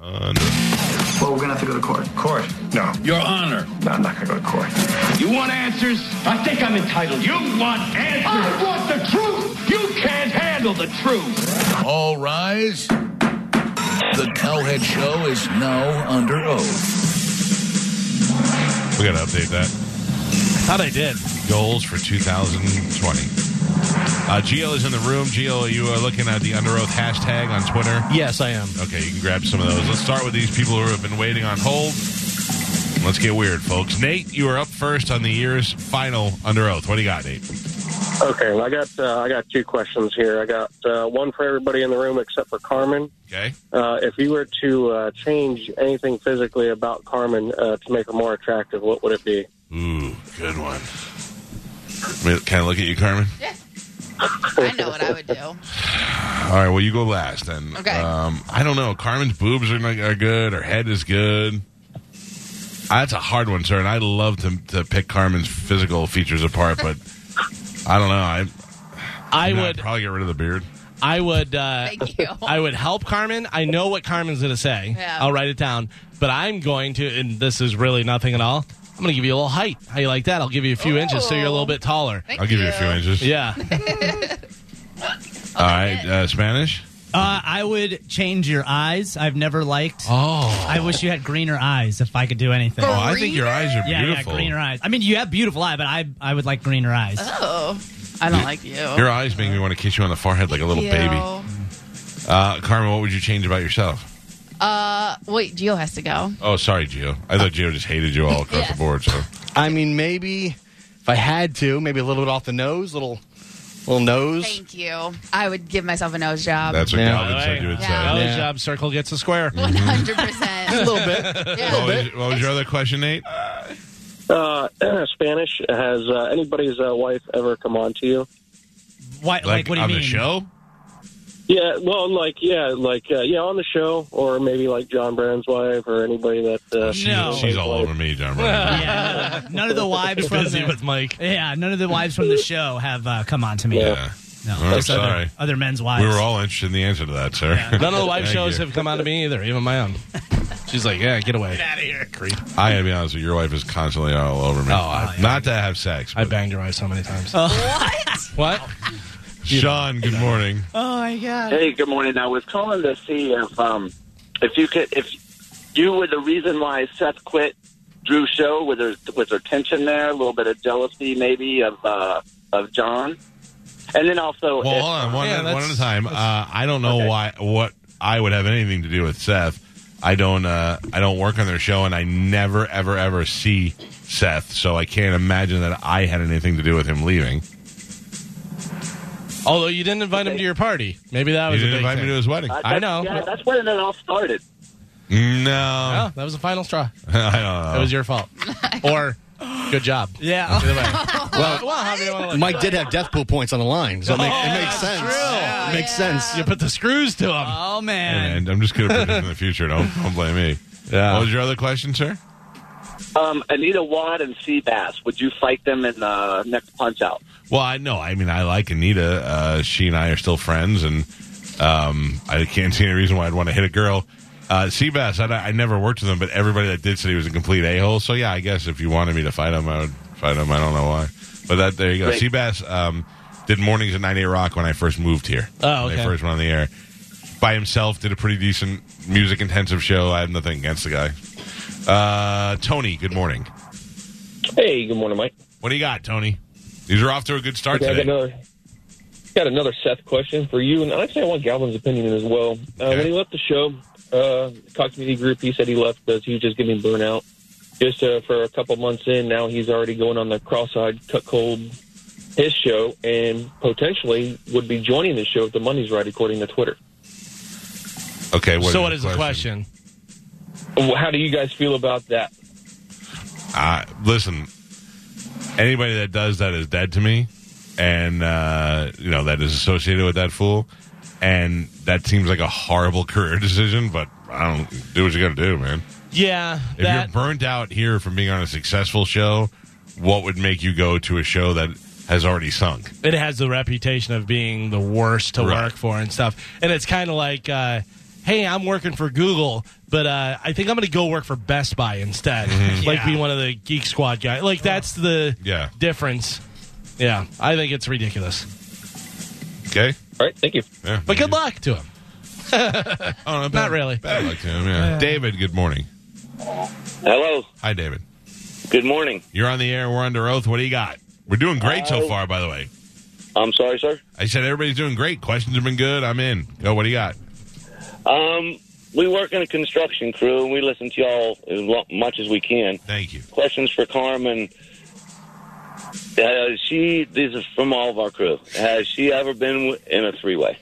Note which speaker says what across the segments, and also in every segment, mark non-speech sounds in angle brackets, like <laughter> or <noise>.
Speaker 1: Under
Speaker 2: Well, we're going to have to go to court.
Speaker 3: Court.
Speaker 2: No,
Speaker 3: Your Honor.
Speaker 2: no I'm not going to go to court.
Speaker 3: You want answers? I think I'm entitled. You want answers? I want the truth. You can't handle the truth.
Speaker 4: All rise. The Cowhead Show is now under oath.
Speaker 1: We got to update that. Thought I did. Goals for 2020. Uh, Gio is in the room. Gio, you are looking at the under oath hashtag on Twitter.
Speaker 5: Yes, I am.
Speaker 1: Okay, you can grab some of those. Let's start with these people who have been waiting on hold. Let's get weird, folks. Nate, you are up first on the year's final under oath. What do you got, Nate?
Speaker 6: Okay, well, I got uh, I got two questions here. I got uh, one for everybody in the room except for Carmen.
Speaker 1: Okay.
Speaker 6: Uh, if you were to uh, change anything physically about Carmen uh, to make her more attractive, what would it be?
Speaker 1: Ooh, good one. Wait, Can I look at you, Carmen?
Speaker 7: <laughs> I know what I would do.
Speaker 1: All right, well, you go last then.
Speaker 7: Okay.
Speaker 1: Um, I don't know. Carmen's boobs are, not- are good. Her head is good. That's a hard one, sir. And I love to, to pick Carmen's physical features apart,
Speaker 7: <laughs>
Speaker 1: but I don't know. I,
Speaker 5: I
Speaker 1: you know, I'd
Speaker 5: would.
Speaker 1: probably get rid of the beard.
Speaker 5: I would. Uh,
Speaker 7: Thank you.
Speaker 5: I would help Carmen. I know what Carmen's going to say.
Speaker 7: Yeah.
Speaker 5: I'll write it down. But I'm going to, and this is really nothing at all. I'm going to give you a little height. How you like that? I'll give you a few inches so you're a little bit taller.
Speaker 7: Thank
Speaker 1: I'll give you a few
Speaker 7: <laughs>
Speaker 1: inches.
Speaker 5: Yeah.
Speaker 1: All right, uh, Spanish.
Speaker 8: Uh, I would change your eyes. I've never liked.
Speaker 1: Oh,
Speaker 8: I wish you had greener eyes if I could do
Speaker 5: Oh,
Speaker 8: anything.
Speaker 1: I think your eyes are
Speaker 8: yeah, yeah,
Speaker 1: beautiful.
Speaker 8: greener eyes. I mean, you have beautiful eye, but I I would like greener eyes.
Speaker 7: Oh, I don't like you.
Speaker 1: Your eyes make me want to kiss you on the forehead like a little
Speaker 7: Ew.
Speaker 1: baby. Uh, Carmen, what would you change about yourself?
Speaker 7: Uh, wait, Gio has to go.
Speaker 1: Oh, sorry, Gio. I thought Gio just hated you all across
Speaker 7: Yes.
Speaker 1: the board. So
Speaker 9: I mean, maybe if I had to, maybe a little bit off the nose, little little nose.
Speaker 7: Thank you. I would give myself a nose job.
Speaker 1: that's what
Speaker 9: Yeah.
Speaker 1: Calvin said you would
Speaker 7: Yeah.
Speaker 1: say.
Speaker 5: Nose
Speaker 9: Yeah.
Speaker 5: job circle gets a square.
Speaker 7: <laughs> One hundred <laughs> percent.
Speaker 9: little
Speaker 1: <laughs>
Speaker 9: bit.
Speaker 1: What
Speaker 7: Yeah.
Speaker 1: was, what was your other question, Nate?
Speaker 6: Uh, Spanish. Has uh, anybody's uh, wife ever come on to you?
Speaker 8: Why, like, what do you
Speaker 1: on
Speaker 8: mean?
Speaker 1: the show?
Speaker 6: Yeah, well, like yeah, like uh, yeah, on the show, or maybe like John Brown's wife, or anybody that. Uh,
Speaker 1: She's,
Speaker 8: No.
Speaker 1: she's all over me, John. Brown.
Speaker 5: <laughs>
Speaker 8: Yeah, no, no. none of the wives from
Speaker 5: Busy
Speaker 8: the,
Speaker 5: with Mike.
Speaker 8: yeah, none of the wives from the show have uh, come on to me.
Speaker 1: Yeah.
Speaker 8: No,
Speaker 1: I'm
Speaker 8: just other-
Speaker 1: sorry.
Speaker 8: Other, men's wives.
Speaker 1: We were all interested in the answer to that, sir.
Speaker 5: None of the live
Speaker 1: Thank
Speaker 5: shows
Speaker 1: you.
Speaker 5: have come out of me either, even my own. She's like, yeah, get away.
Speaker 8: out of here.
Speaker 1: <laughs> I gotta be honest with you, your wife is constantly all over me.
Speaker 5: Oh, I-
Speaker 1: not to have sex.
Speaker 5: I
Speaker 1: but-
Speaker 5: banged your wife so many times.
Speaker 8: Oh.
Speaker 7: What?
Speaker 5: What?
Speaker 1: Sean, good morning.
Speaker 5: <laughs>
Speaker 8: Oh my god.
Speaker 3: Hey, good morning. I was calling to see if um if you could if you were the reason why Seth quit Drew's show. Was there was there tension there? A little bit of jealousy, maybe of uh, of John. And then also,
Speaker 1: Well,
Speaker 3: if-
Speaker 1: hold on, one,
Speaker 5: Yeah,
Speaker 1: at, one at
Speaker 5: that's-
Speaker 1: a time. Uh, I don't know why what I would have anything to do with Seth. I don't. Uh, I don't work on their show, and I never, ever, ever see Seth. So I can't imagine that I had anything to do with him leaving.
Speaker 5: Although you didn't invite him to your party. Maybe that
Speaker 1: He
Speaker 5: was a
Speaker 1: didn't
Speaker 5: big
Speaker 1: invite
Speaker 5: thing.
Speaker 1: me to his wedding.
Speaker 3: Uh,
Speaker 5: I
Speaker 3: that's-
Speaker 5: know.
Speaker 3: Yeah, that's when it all started.
Speaker 1: no,
Speaker 5: Oh, that was the final straw.
Speaker 1: <laughs> I
Speaker 5: That was
Speaker 8: <laughs>
Speaker 5: your fault. or good job.
Speaker 8: Yeah. <laughs>
Speaker 5: Either way. well, well, however you want to look. Oh,
Speaker 9: Mike did have death pool points on the line, so it, make, it makes sense. It makes sense.
Speaker 5: You put the screws to him.
Speaker 8: Oh
Speaker 1: don't know.
Speaker 8: man.
Speaker 1: And I'm just gonna put this in the future. Don't, don't blame me. What was your other question, sir?
Speaker 3: Um, Anita Wad and Seabass. Would you fight them in the next punch out?
Speaker 1: Well, I know. I mean, I like Anita. Uh, she and I are still friends, and um, I can't <laughs> see any reason why I'd want to hit a girl. Uh, Seabass, I, I never worked with him, but everybody that did said he was a complete a hole. So yeah, I guess if you wanted me to fight him, I would fight him. I don't know why, but that there you go.
Speaker 3: Great.
Speaker 1: Seabass um, did mornings at 98 Rock when I first moved here.
Speaker 5: Oh,
Speaker 1: When they
Speaker 5: okay.
Speaker 1: first went on the air by himself. Did a pretty decent music intensive show. I have nothing against the guy. Uh, Tony, good morning.
Speaker 6: hey, good morning, Mike.
Speaker 1: What do you got, Tony? These are off to a good start
Speaker 6: Okay, I got
Speaker 1: today.
Speaker 6: another, got another Seth question for you, and actually, I want Galvin's opinion as well. Uh,
Speaker 1: Okay.
Speaker 6: When he left the show, uh, Cox Community Group, he said he left because he was just getting burnout. Just uh, for a couple months in, now he's already going on the cross-eyed, cut cold, his show, and potentially would be joining the show if the money's right, according to Twitter.
Speaker 1: Okay. What
Speaker 5: so
Speaker 1: is
Speaker 5: what is the question?
Speaker 6: How do you guys feel about that?
Speaker 1: I Uh, listen. Anybody that does that is dead to me, and uh, you know that is associated with that fool, and that seems like a horrible <laughs> career decision. But I don't do what you got to do, man.
Speaker 5: Yeah,
Speaker 1: If
Speaker 5: that
Speaker 1: you're burnt out here from being on a successful show, what would make you go to a show that has already sunk?
Speaker 5: it has the reputation of being the worst to
Speaker 1: Right.
Speaker 5: work for and stuff. And it's kind of like, uh, hey, I'm working for Google, but uh, I think I'm going to go work for Best Buy instead, like be one of the Geek Squad guys. Like that's the
Speaker 1: Yeah.
Speaker 5: difference. Yeah, I think it's ridiculous.
Speaker 1: Okay.
Speaker 6: All right, thank you.
Speaker 1: Yeah.
Speaker 5: But good luck to him.
Speaker 1: Oh, no, bad-
Speaker 5: Not really.
Speaker 1: Bad luck to him. Yeah. David, good morning.
Speaker 3: Hello.
Speaker 1: Hi, David.
Speaker 3: Good morning.
Speaker 1: You're on the air. We're under oath. What do you got? We're doing great so far, by the way.
Speaker 3: I'm sorry, sir.
Speaker 1: I said everybody's doing great. Questions have been good. I'm in. Go. What do you got?
Speaker 3: Um, we work in a construction crew and we listen to y'all as lo- much as we can.
Speaker 1: Thank you.
Speaker 3: Questions for Carmen. Has she, these are from all of our crew, has she ever been w- in a three way?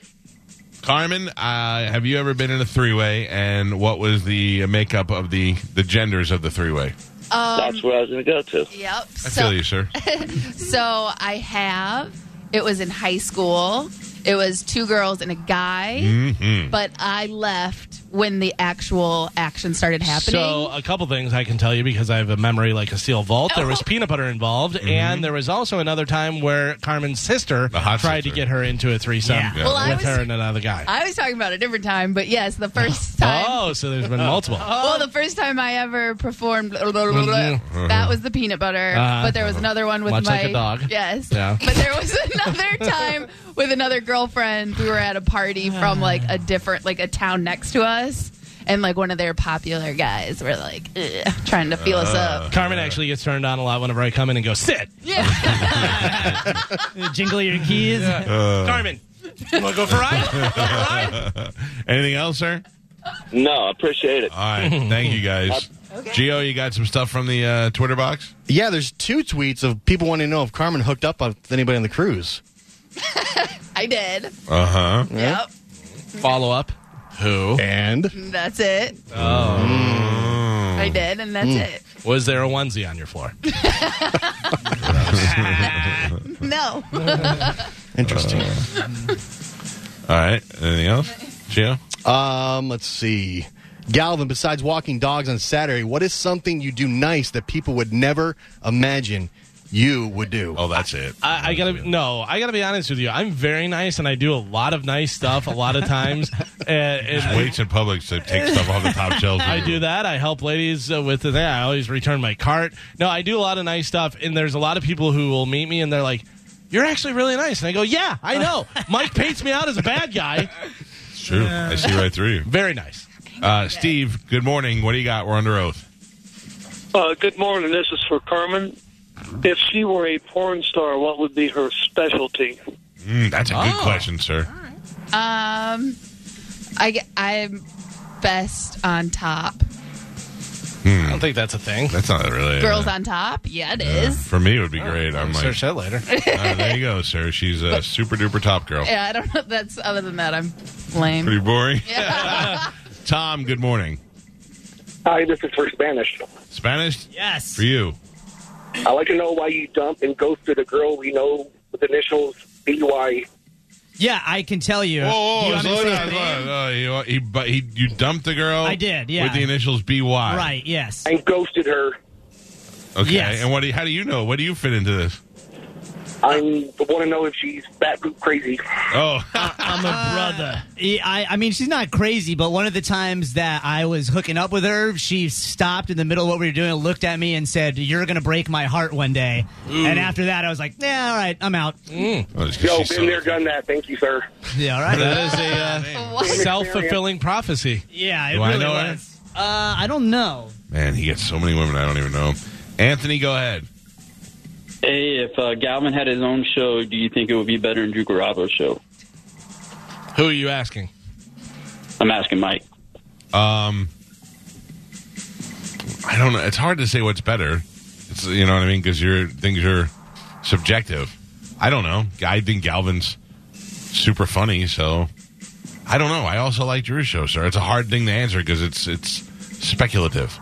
Speaker 1: Carmen, uh, have you ever been in a three-way? And what was the makeup of the the genders of the three-way?
Speaker 3: That's where I was going to go to.
Speaker 7: Yep.
Speaker 1: I
Speaker 7: so,
Speaker 1: feel you, sir.
Speaker 7: so I have. It was in high school. It was two girls and a guy.
Speaker 1: hmm
Speaker 7: But I left when the actual action started happening.
Speaker 5: So a couple things I can tell you because I have a memory like a steel vault. There was
Speaker 7: Oh.
Speaker 5: peanut butter involved, and there was also another time where Carmen's sister
Speaker 1: Mm-hmm. The hot
Speaker 5: tried to
Speaker 1: sister.
Speaker 5: get her into a threesome
Speaker 8: Yeah.
Speaker 1: Yeah.
Speaker 7: Well, I
Speaker 5: with
Speaker 7: was-
Speaker 5: her and another guy.
Speaker 7: I was talking about a different time, but yes, the <laughs> first time.
Speaker 5: Oh, so there's been multiple.
Speaker 7: Well, the first time I ever performed, <laughs> blah, blah, blah, blah, that was the peanut butter.
Speaker 5: Uh-huh.
Speaker 7: But there was another one with
Speaker 5: Much
Speaker 7: my
Speaker 5: like a dog.
Speaker 7: Yes.
Speaker 5: Yeah.
Speaker 7: <laughs> But there was
Speaker 5: <laughs>
Speaker 7: another time with another girlfriend. We were at a party from like a different, like a town next to us, and like one of their popular guys were like "Ugh," trying to feel us up.
Speaker 5: Carmen actually gets turned on a lot whenever I come in and go, sit, <laughs>
Speaker 7: Yeah.
Speaker 8: Jingle your keys.
Speaker 1: Uh.
Speaker 5: Carmen. You want to go for a ride?
Speaker 1: <laughs> Anything else, sir?
Speaker 3: No, I appreciate it.
Speaker 1: All right. Thank you, guys. Geo, you got some stuff from the uh, Twitter box?
Speaker 9: Yeah, there's two tweets of people wanting to know if Carmen hooked up with anybody on the cruise.
Speaker 7: I did.
Speaker 1: Uh huh.
Speaker 7: Yep.
Speaker 5: Follow up. Who?
Speaker 9: And
Speaker 7: That's it. Oh. Hmm. I did, and that's it.
Speaker 5: Was there a onesie on your floor?
Speaker 7: No.
Speaker 9: interesting.
Speaker 1: <laughs> All right. Anything else, Geo?
Speaker 9: Um, let's see. Galvin, besides walking dogs on Saturday, what is something you do nice that people would never imagine you would do?
Speaker 1: Oh, that's it.
Speaker 5: I, I gotta no. I gotta be honest with you. I'm very nice, and I do a lot of nice stuff a lot of
Speaker 1: <laughs>
Speaker 5: times. and, and
Speaker 1: Waits in public to take stuff off the top shelves.
Speaker 5: <laughs> I do that. I help ladies uh, with that. I always return my cart. No, I do a lot of nice stuff, and there's a lot of people who will meet me and they're like, "You're actually really nice," and I go, "Yeah,
Speaker 1: <laughs>
Speaker 5: I know." Mike paints me out as a bad guy.
Speaker 1: It's true. I see right through you.
Speaker 5: Very nice.
Speaker 1: Uh, Steve, good morning. What do you got? We're under oath.
Speaker 10: Uh, good morning. This is for Carmen. If she were a porn star, what would be her specialty?
Speaker 1: Mm, that's a good
Speaker 5: Oh.
Speaker 1: question, sir.
Speaker 7: Um, I g- I'm best on top.
Speaker 5: I don't think that's a thing.
Speaker 1: That's not really.
Speaker 7: Girls
Speaker 1: uh,
Speaker 7: on top. Yeah, it is.
Speaker 1: For me, it would be great. I'm like,
Speaker 5: Search that later.
Speaker 1: uh, there you go, sir. She's a super duper top girl.
Speaker 7: Yeah, I don't know. That's other than that, I'm lame.
Speaker 1: Pretty boring. <laughs> Tom, good morning.
Speaker 10: Hi, Uh, this is for Spanish.
Speaker 1: Spanish
Speaker 8: Yes.
Speaker 1: for you.
Speaker 10: I like to know why you dump and go to the girl we know with initials BY.
Speaker 8: Yeah, I can tell you.
Speaker 1: Whoa,
Speaker 8: You want
Speaker 1: whoa,
Speaker 8: me to
Speaker 1: slow
Speaker 8: say
Speaker 1: down,
Speaker 8: the
Speaker 1: slow
Speaker 8: name?
Speaker 1: down. Oh, you, he, but he, you dumped the girl.
Speaker 8: I did, yeah.
Speaker 1: With the initials BY.
Speaker 8: Right. Yes.
Speaker 10: and ghosted her.
Speaker 1: Okay.
Speaker 8: Yes.
Speaker 1: And what? Do you, how do you know? What do you fit into this?
Speaker 10: I want to know if she's batboot crazy.
Speaker 1: Oh, <laughs>
Speaker 8: I'm a brother. I, I mean, she's not crazy, but one of the times that I was hooking up with her, she stopped in the middle of what we were doing, and looked at me, and said, "You're gonna break my heart one day." And after that, I was like, "Yeah, all right, I'm out."
Speaker 1: Oh, it's 'cause
Speaker 10: Yo, been
Speaker 1: she's so-
Speaker 10: there, done that. Thank you, sir.
Speaker 8: Yeah, all right.
Speaker 5: That is a uh,
Speaker 7: What?
Speaker 5: self fulfilling prophecy.
Speaker 8: yeah, it
Speaker 1: Do I
Speaker 8: really
Speaker 1: know her?
Speaker 8: was. Uh, I don't know.
Speaker 1: Man, he gets so many women. I don't even know. Anthony, go ahead.
Speaker 6: Hey, if uh, Galvin had his own show, do you think it would be better than Drew Garabo's show?
Speaker 5: uh, Who are you asking?
Speaker 6: I'm asking Mike.
Speaker 1: Um, I don't know. It's hard to say what's better. It's you know what I mean because your things are subjective. I don't know. I think Galvin's super funny, so I don't know. I also like Drew's show, sir. It's a hard thing to answer because it's it's speculative.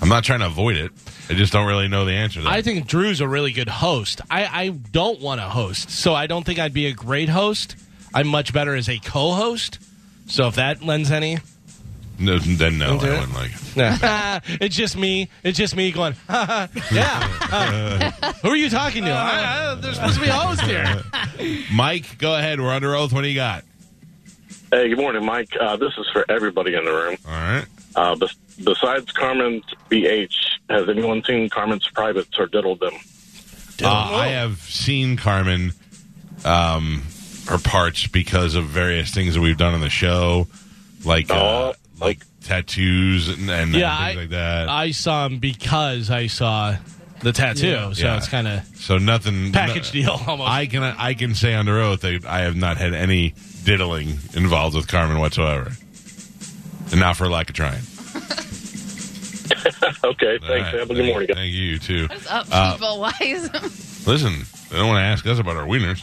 Speaker 1: I'm not trying to avoid it. I just don't really know the answer. To that.
Speaker 5: I think Drew's a really good host. I, I don't want to host, so I don't think I'd be a great host. I'm much better as a co-host. So if that lends any,
Speaker 1: No, then no, I
Speaker 5: Into it?
Speaker 1: wouldn't like it.
Speaker 5: <laughs> it's just me. It's just me going. <laughs> yeah. uh, who are you talking to? I, I, there's supposed to be a host
Speaker 1: <laughs> Uh,
Speaker 5: here.
Speaker 1: Mike, go ahead. We're under oath. What do you got?
Speaker 11: Hey, good morning, Mike. Uh, this is for everybody in the room.
Speaker 1: All right.
Speaker 11: Uh, bes- besides Carmen BH, has anyone seen Carmen's privates or diddled them?
Speaker 1: Uh, I have seen Carmen, um, her parts because of various things that we've done on the show, like uh, like tattoos and, and
Speaker 5: Yeah,
Speaker 1: things
Speaker 5: I-
Speaker 1: like that.
Speaker 5: I saw him because I saw the tattoo. So
Speaker 1: Yeah.
Speaker 5: it's kind of
Speaker 1: so nothing
Speaker 5: package deal almost.
Speaker 1: I can I can say under oath that I have not had any diddling involved with Carmen whatsoever, and not for lack of trying.
Speaker 11: okay, thanks.
Speaker 1: All right.
Speaker 11: Have a good
Speaker 1: Thank-
Speaker 11: morning, guys.
Speaker 1: Thank you you too.
Speaker 7: What's up,
Speaker 1: Uh,
Speaker 7: people? Why is it?
Speaker 1: Listen, they don't want to ask us about our wieners.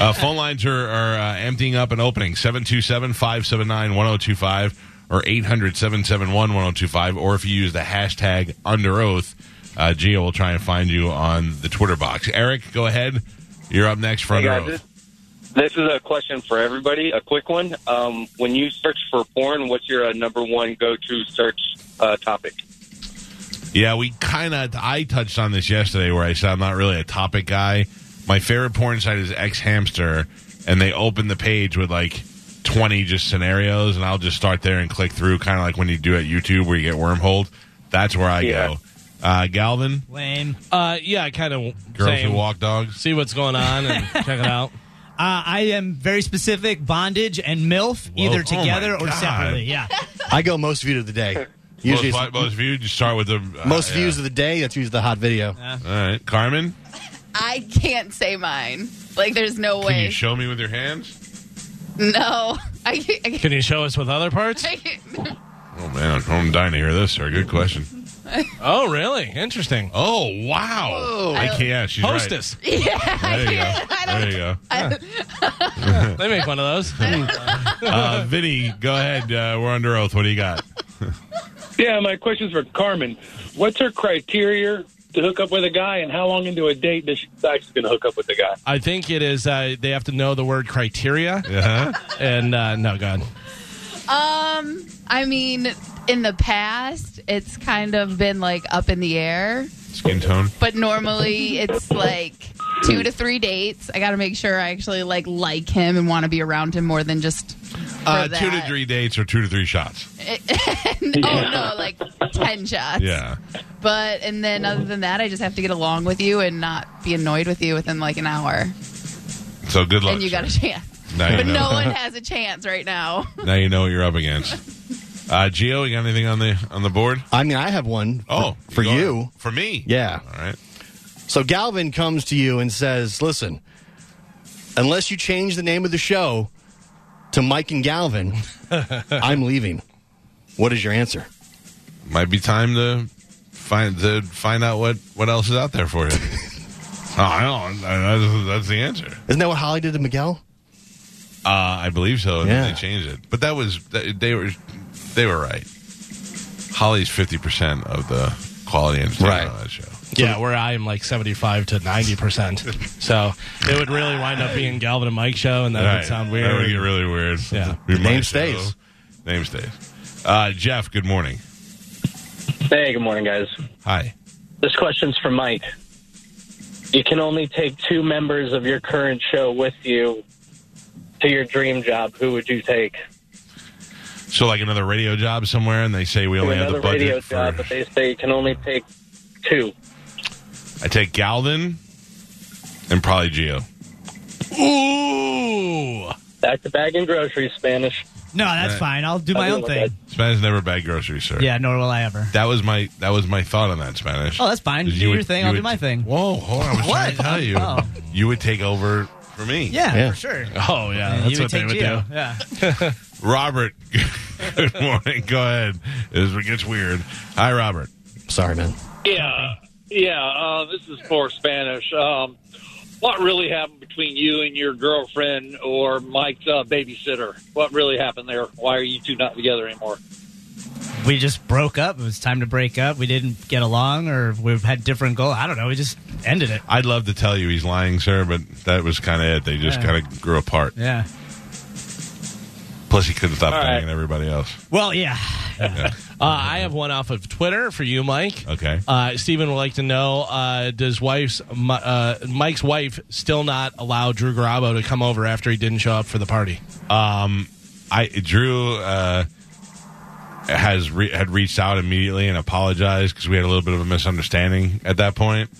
Speaker 1: uh, phone lines are, are uh, emptying up and opening 727 579 1025 or 800 771 1025. Or if you use the hashtag under oath, uh, Gia will try and find you on the Twitter box. Eric, go ahead. You're up next for
Speaker 6: Hey,
Speaker 1: under
Speaker 6: guys,
Speaker 1: oath.
Speaker 6: This is a question for everybody, a quick one. Um, when you search for porn, what's your uh, number one go-to search uh, topic?
Speaker 1: Yeah, we kind of. I touched on this yesterday where I said I'm not really a topic guy. My favorite porn site is X Hamster, and they open the page with like 20 just scenarios, and I'll just start there and click through, kind of like when you do at YouTube where you get wormholed. That's where I go. Uh, Galvin,
Speaker 8: Lame.
Speaker 5: Uh, yeah, I kind of
Speaker 1: girls
Speaker 5: same.
Speaker 1: who walk dogs.
Speaker 5: See what's going on and check it out.
Speaker 8: Uh, I am very specific bondage and MILF,
Speaker 1: Whoa.
Speaker 8: either
Speaker 1: Oh my
Speaker 8: together or
Speaker 1: God.
Speaker 8: separately. Yeah.
Speaker 9: <laughs> I go most viewed of the day. Usually,
Speaker 1: <laughs> most,
Speaker 9: it's-
Speaker 1: vi- most viewed. You start with the uh,
Speaker 9: most
Speaker 1: yeah.
Speaker 9: views of the day. That's usually the hot video.
Speaker 1: All right, Carmen,
Speaker 7: I can't say mine. Like, there's no
Speaker 1: can
Speaker 7: way.
Speaker 1: you show me with your hands?
Speaker 7: no, <laughs> I can't. I can't-
Speaker 5: Can you show us with other
Speaker 1: <laughs>
Speaker 5: parts?
Speaker 7: I can't. <laughs>
Speaker 1: Oh man, I'm dying to hear this, sir. Good question.
Speaker 5: Oh, really? Interesting.
Speaker 1: Oh wow, I can't. Yeah, she's right.
Speaker 5: Hostess.
Speaker 7: Yeah,
Speaker 1: There you
Speaker 7: I
Speaker 1: go.
Speaker 7: can't. I don't.
Speaker 1: There you
Speaker 7: <laughs>
Speaker 1: go.
Speaker 5: They make one of those.
Speaker 1: Uh, Vinny, go ahead. Uh, we're under oath. What do you got?
Speaker 10: Yeah, my question's for Carmen. What's her criteria to hook up with a guy, and how long into a date does she decide she's going to hook up with a guy?
Speaker 5: <laughs> I think it is. Uh, they have to know the word criteria.
Speaker 1: Uh-huh.
Speaker 5: And uh, no, God.
Speaker 7: Um, I mean, in the past, it's kind of been like up in the air,
Speaker 1: Skin tone.
Speaker 7: but normally it's like two to three dates. I got to make sure I actually like like him and want to be around him more than just. for
Speaker 1: Uh, two to
Speaker 7: that.
Speaker 1: three dates or two to three shots.
Speaker 7: <laughs> Oh no, like ten shots.
Speaker 1: Yeah.
Speaker 7: But and then other than that, I just have to get along with you and not be annoyed with you within like an hour,
Speaker 1: So good luck.
Speaker 7: and you got a
Speaker 1: sir.
Speaker 7: chance.
Speaker 1: Now
Speaker 7: <laughs>
Speaker 1: you
Speaker 7: But
Speaker 1: know.
Speaker 7: no one has a chance right
Speaker 1: <laughs>
Speaker 7: now.
Speaker 1: Now you know what you're up against. Uh, Gio, you got anything on the on the board?
Speaker 9: I mean, I have one. for-
Speaker 1: Oh,
Speaker 9: for
Speaker 1: go
Speaker 9: you.
Speaker 1: ahead. For me.
Speaker 9: Yeah.
Speaker 1: All right.
Speaker 9: So Galvin comes to you and says, "Listen, unless you change the name of the show to Mike and
Speaker 1: <laughs>
Speaker 9: Galvin, I'm leaving." What is your answer?
Speaker 1: Might be time to find to find out what what else is out there for
Speaker 9: <laughs>
Speaker 1: you. oh, I don't. That's, that's the answer.
Speaker 9: Isn't that what Holly did to Miguel?
Speaker 1: Uh, I believe so. And then
Speaker 9: Yeah.
Speaker 1: they changed it, but that was that- they were they were right. Holly's fifty percent of the quality entertainment
Speaker 9: Right.
Speaker 1: on that show.
Speaker 5: Yeah, where I am like 75 to
Speaker 9: <laughs>
Speaker 5: 90%. so it would really wind up being Galvin and Mike show, and that
Speaker 1: Right.
Speaker 5: would sound
Speaker 1: That would get
Speaker 5: weird.
Speaker 1: really weird.
Speaker 5: Yeah.
Speaker 1: Be my
Speaker 9: Name
Speaker 1: show.
Speaker 9: stays.
Speaker 1: Name stays. Uh, Jeff, good morning.
Speaker 6: Hey, good morning, guys.
Speaker 1: Hi.
Speaker 6: This question's for Mike. You can only take two members of your current show with you to your dream job. Who would you take?
Speaker 1: So, like another radio job somewhere, and they say we
Speaker 6: To
Speaker 1: only have
Speaker 6: another
Speaker 1: the budget
Speaker 6: radio
Speaker 1: for.
Speaker 6: job, but they say you can only take two.
Speaker 1: I take Galvin and probably Geo.
Speaker 5: Ooh.
Speaker 6: Back to back in groceries, Spanish.
Speaker 8: No, that's
Speaker 1: Right.
Speaker 8: fine. I'll do my
Speaker 6: do
Speaker 8: own
Speaker 6: it
Speaker 8: thing.
Speaker 6: like
Speaker 1: Spanish never bad groceries, sir.
Speaker 8: Yeah, nor will I ever.
Speaker 1: That was my that was my thought on that Spanish.
Speaker 8: Oh, that's fine.
Speaker 1: Is
Speaker 8: Do your thing,
Speaker 1: you
Speaker 8: I'll do my thing.
Speaker 1: Whoa, hold on. I was
Speaker 8: What?
Speaker 1: trying to tell you,
Speaker 8: Oh.
Speaker 1: you would take over for me.
Speaker 8: Yeah,
Speaker 9: Yeah.
Speaker 8: for sure.
Speaker 5: Oh, yeah.
Speaker 8: you
Speaker 5: That's
Speaker 8: would
Speaker 5: what they
Speaker 8: take
Speaker 5: would
Speaker 8: Gio.
Speaker 5: do.
Speaker 8: Yeah.
Speaker 1: Robert. <laughs> good morning. Go ahead. This is what gets weird. Hi, Robert.
Speaker 9: Sorry, man.
Speaker 10: Yeah, yeah. Uh, this is for Spanish. Um, What really happened between you and your girlfriend or Mike's uh, babysitter? What really happened there? Why are you two not together anymore?
Speaker 8: we just broke up. It was time to break up. We didn't get along, or we've had different goals. I don't know. We just ended it.
Speaker 1: I'd love to tell you he's lying, sir, but that was kind of it. They just
Speaker 8: Yeah.
Speaker 1: kind of grew apart.
Speaker 8: Yeah.
Speaker 1: Plus, he couldn't stop
Speaker 5: All right.
Speaker 1: banging everybody else.
Speaker 8: Well, yeah.
Speaker 5: <laughs> Uh, I have one off of Twitter for you, Mike.
Speaker 1: Okay.
Speaker 5: Uh, Steven would like to know: uh, Does wife's Mi- uh, Mike's wife still not allow Drew Garabo to come over after he didn't show up for the party?
Speaker 1: Um, I Drew uh, has re- had reached out immediately and apologized because we had a little bit of a misunderstanding at that point,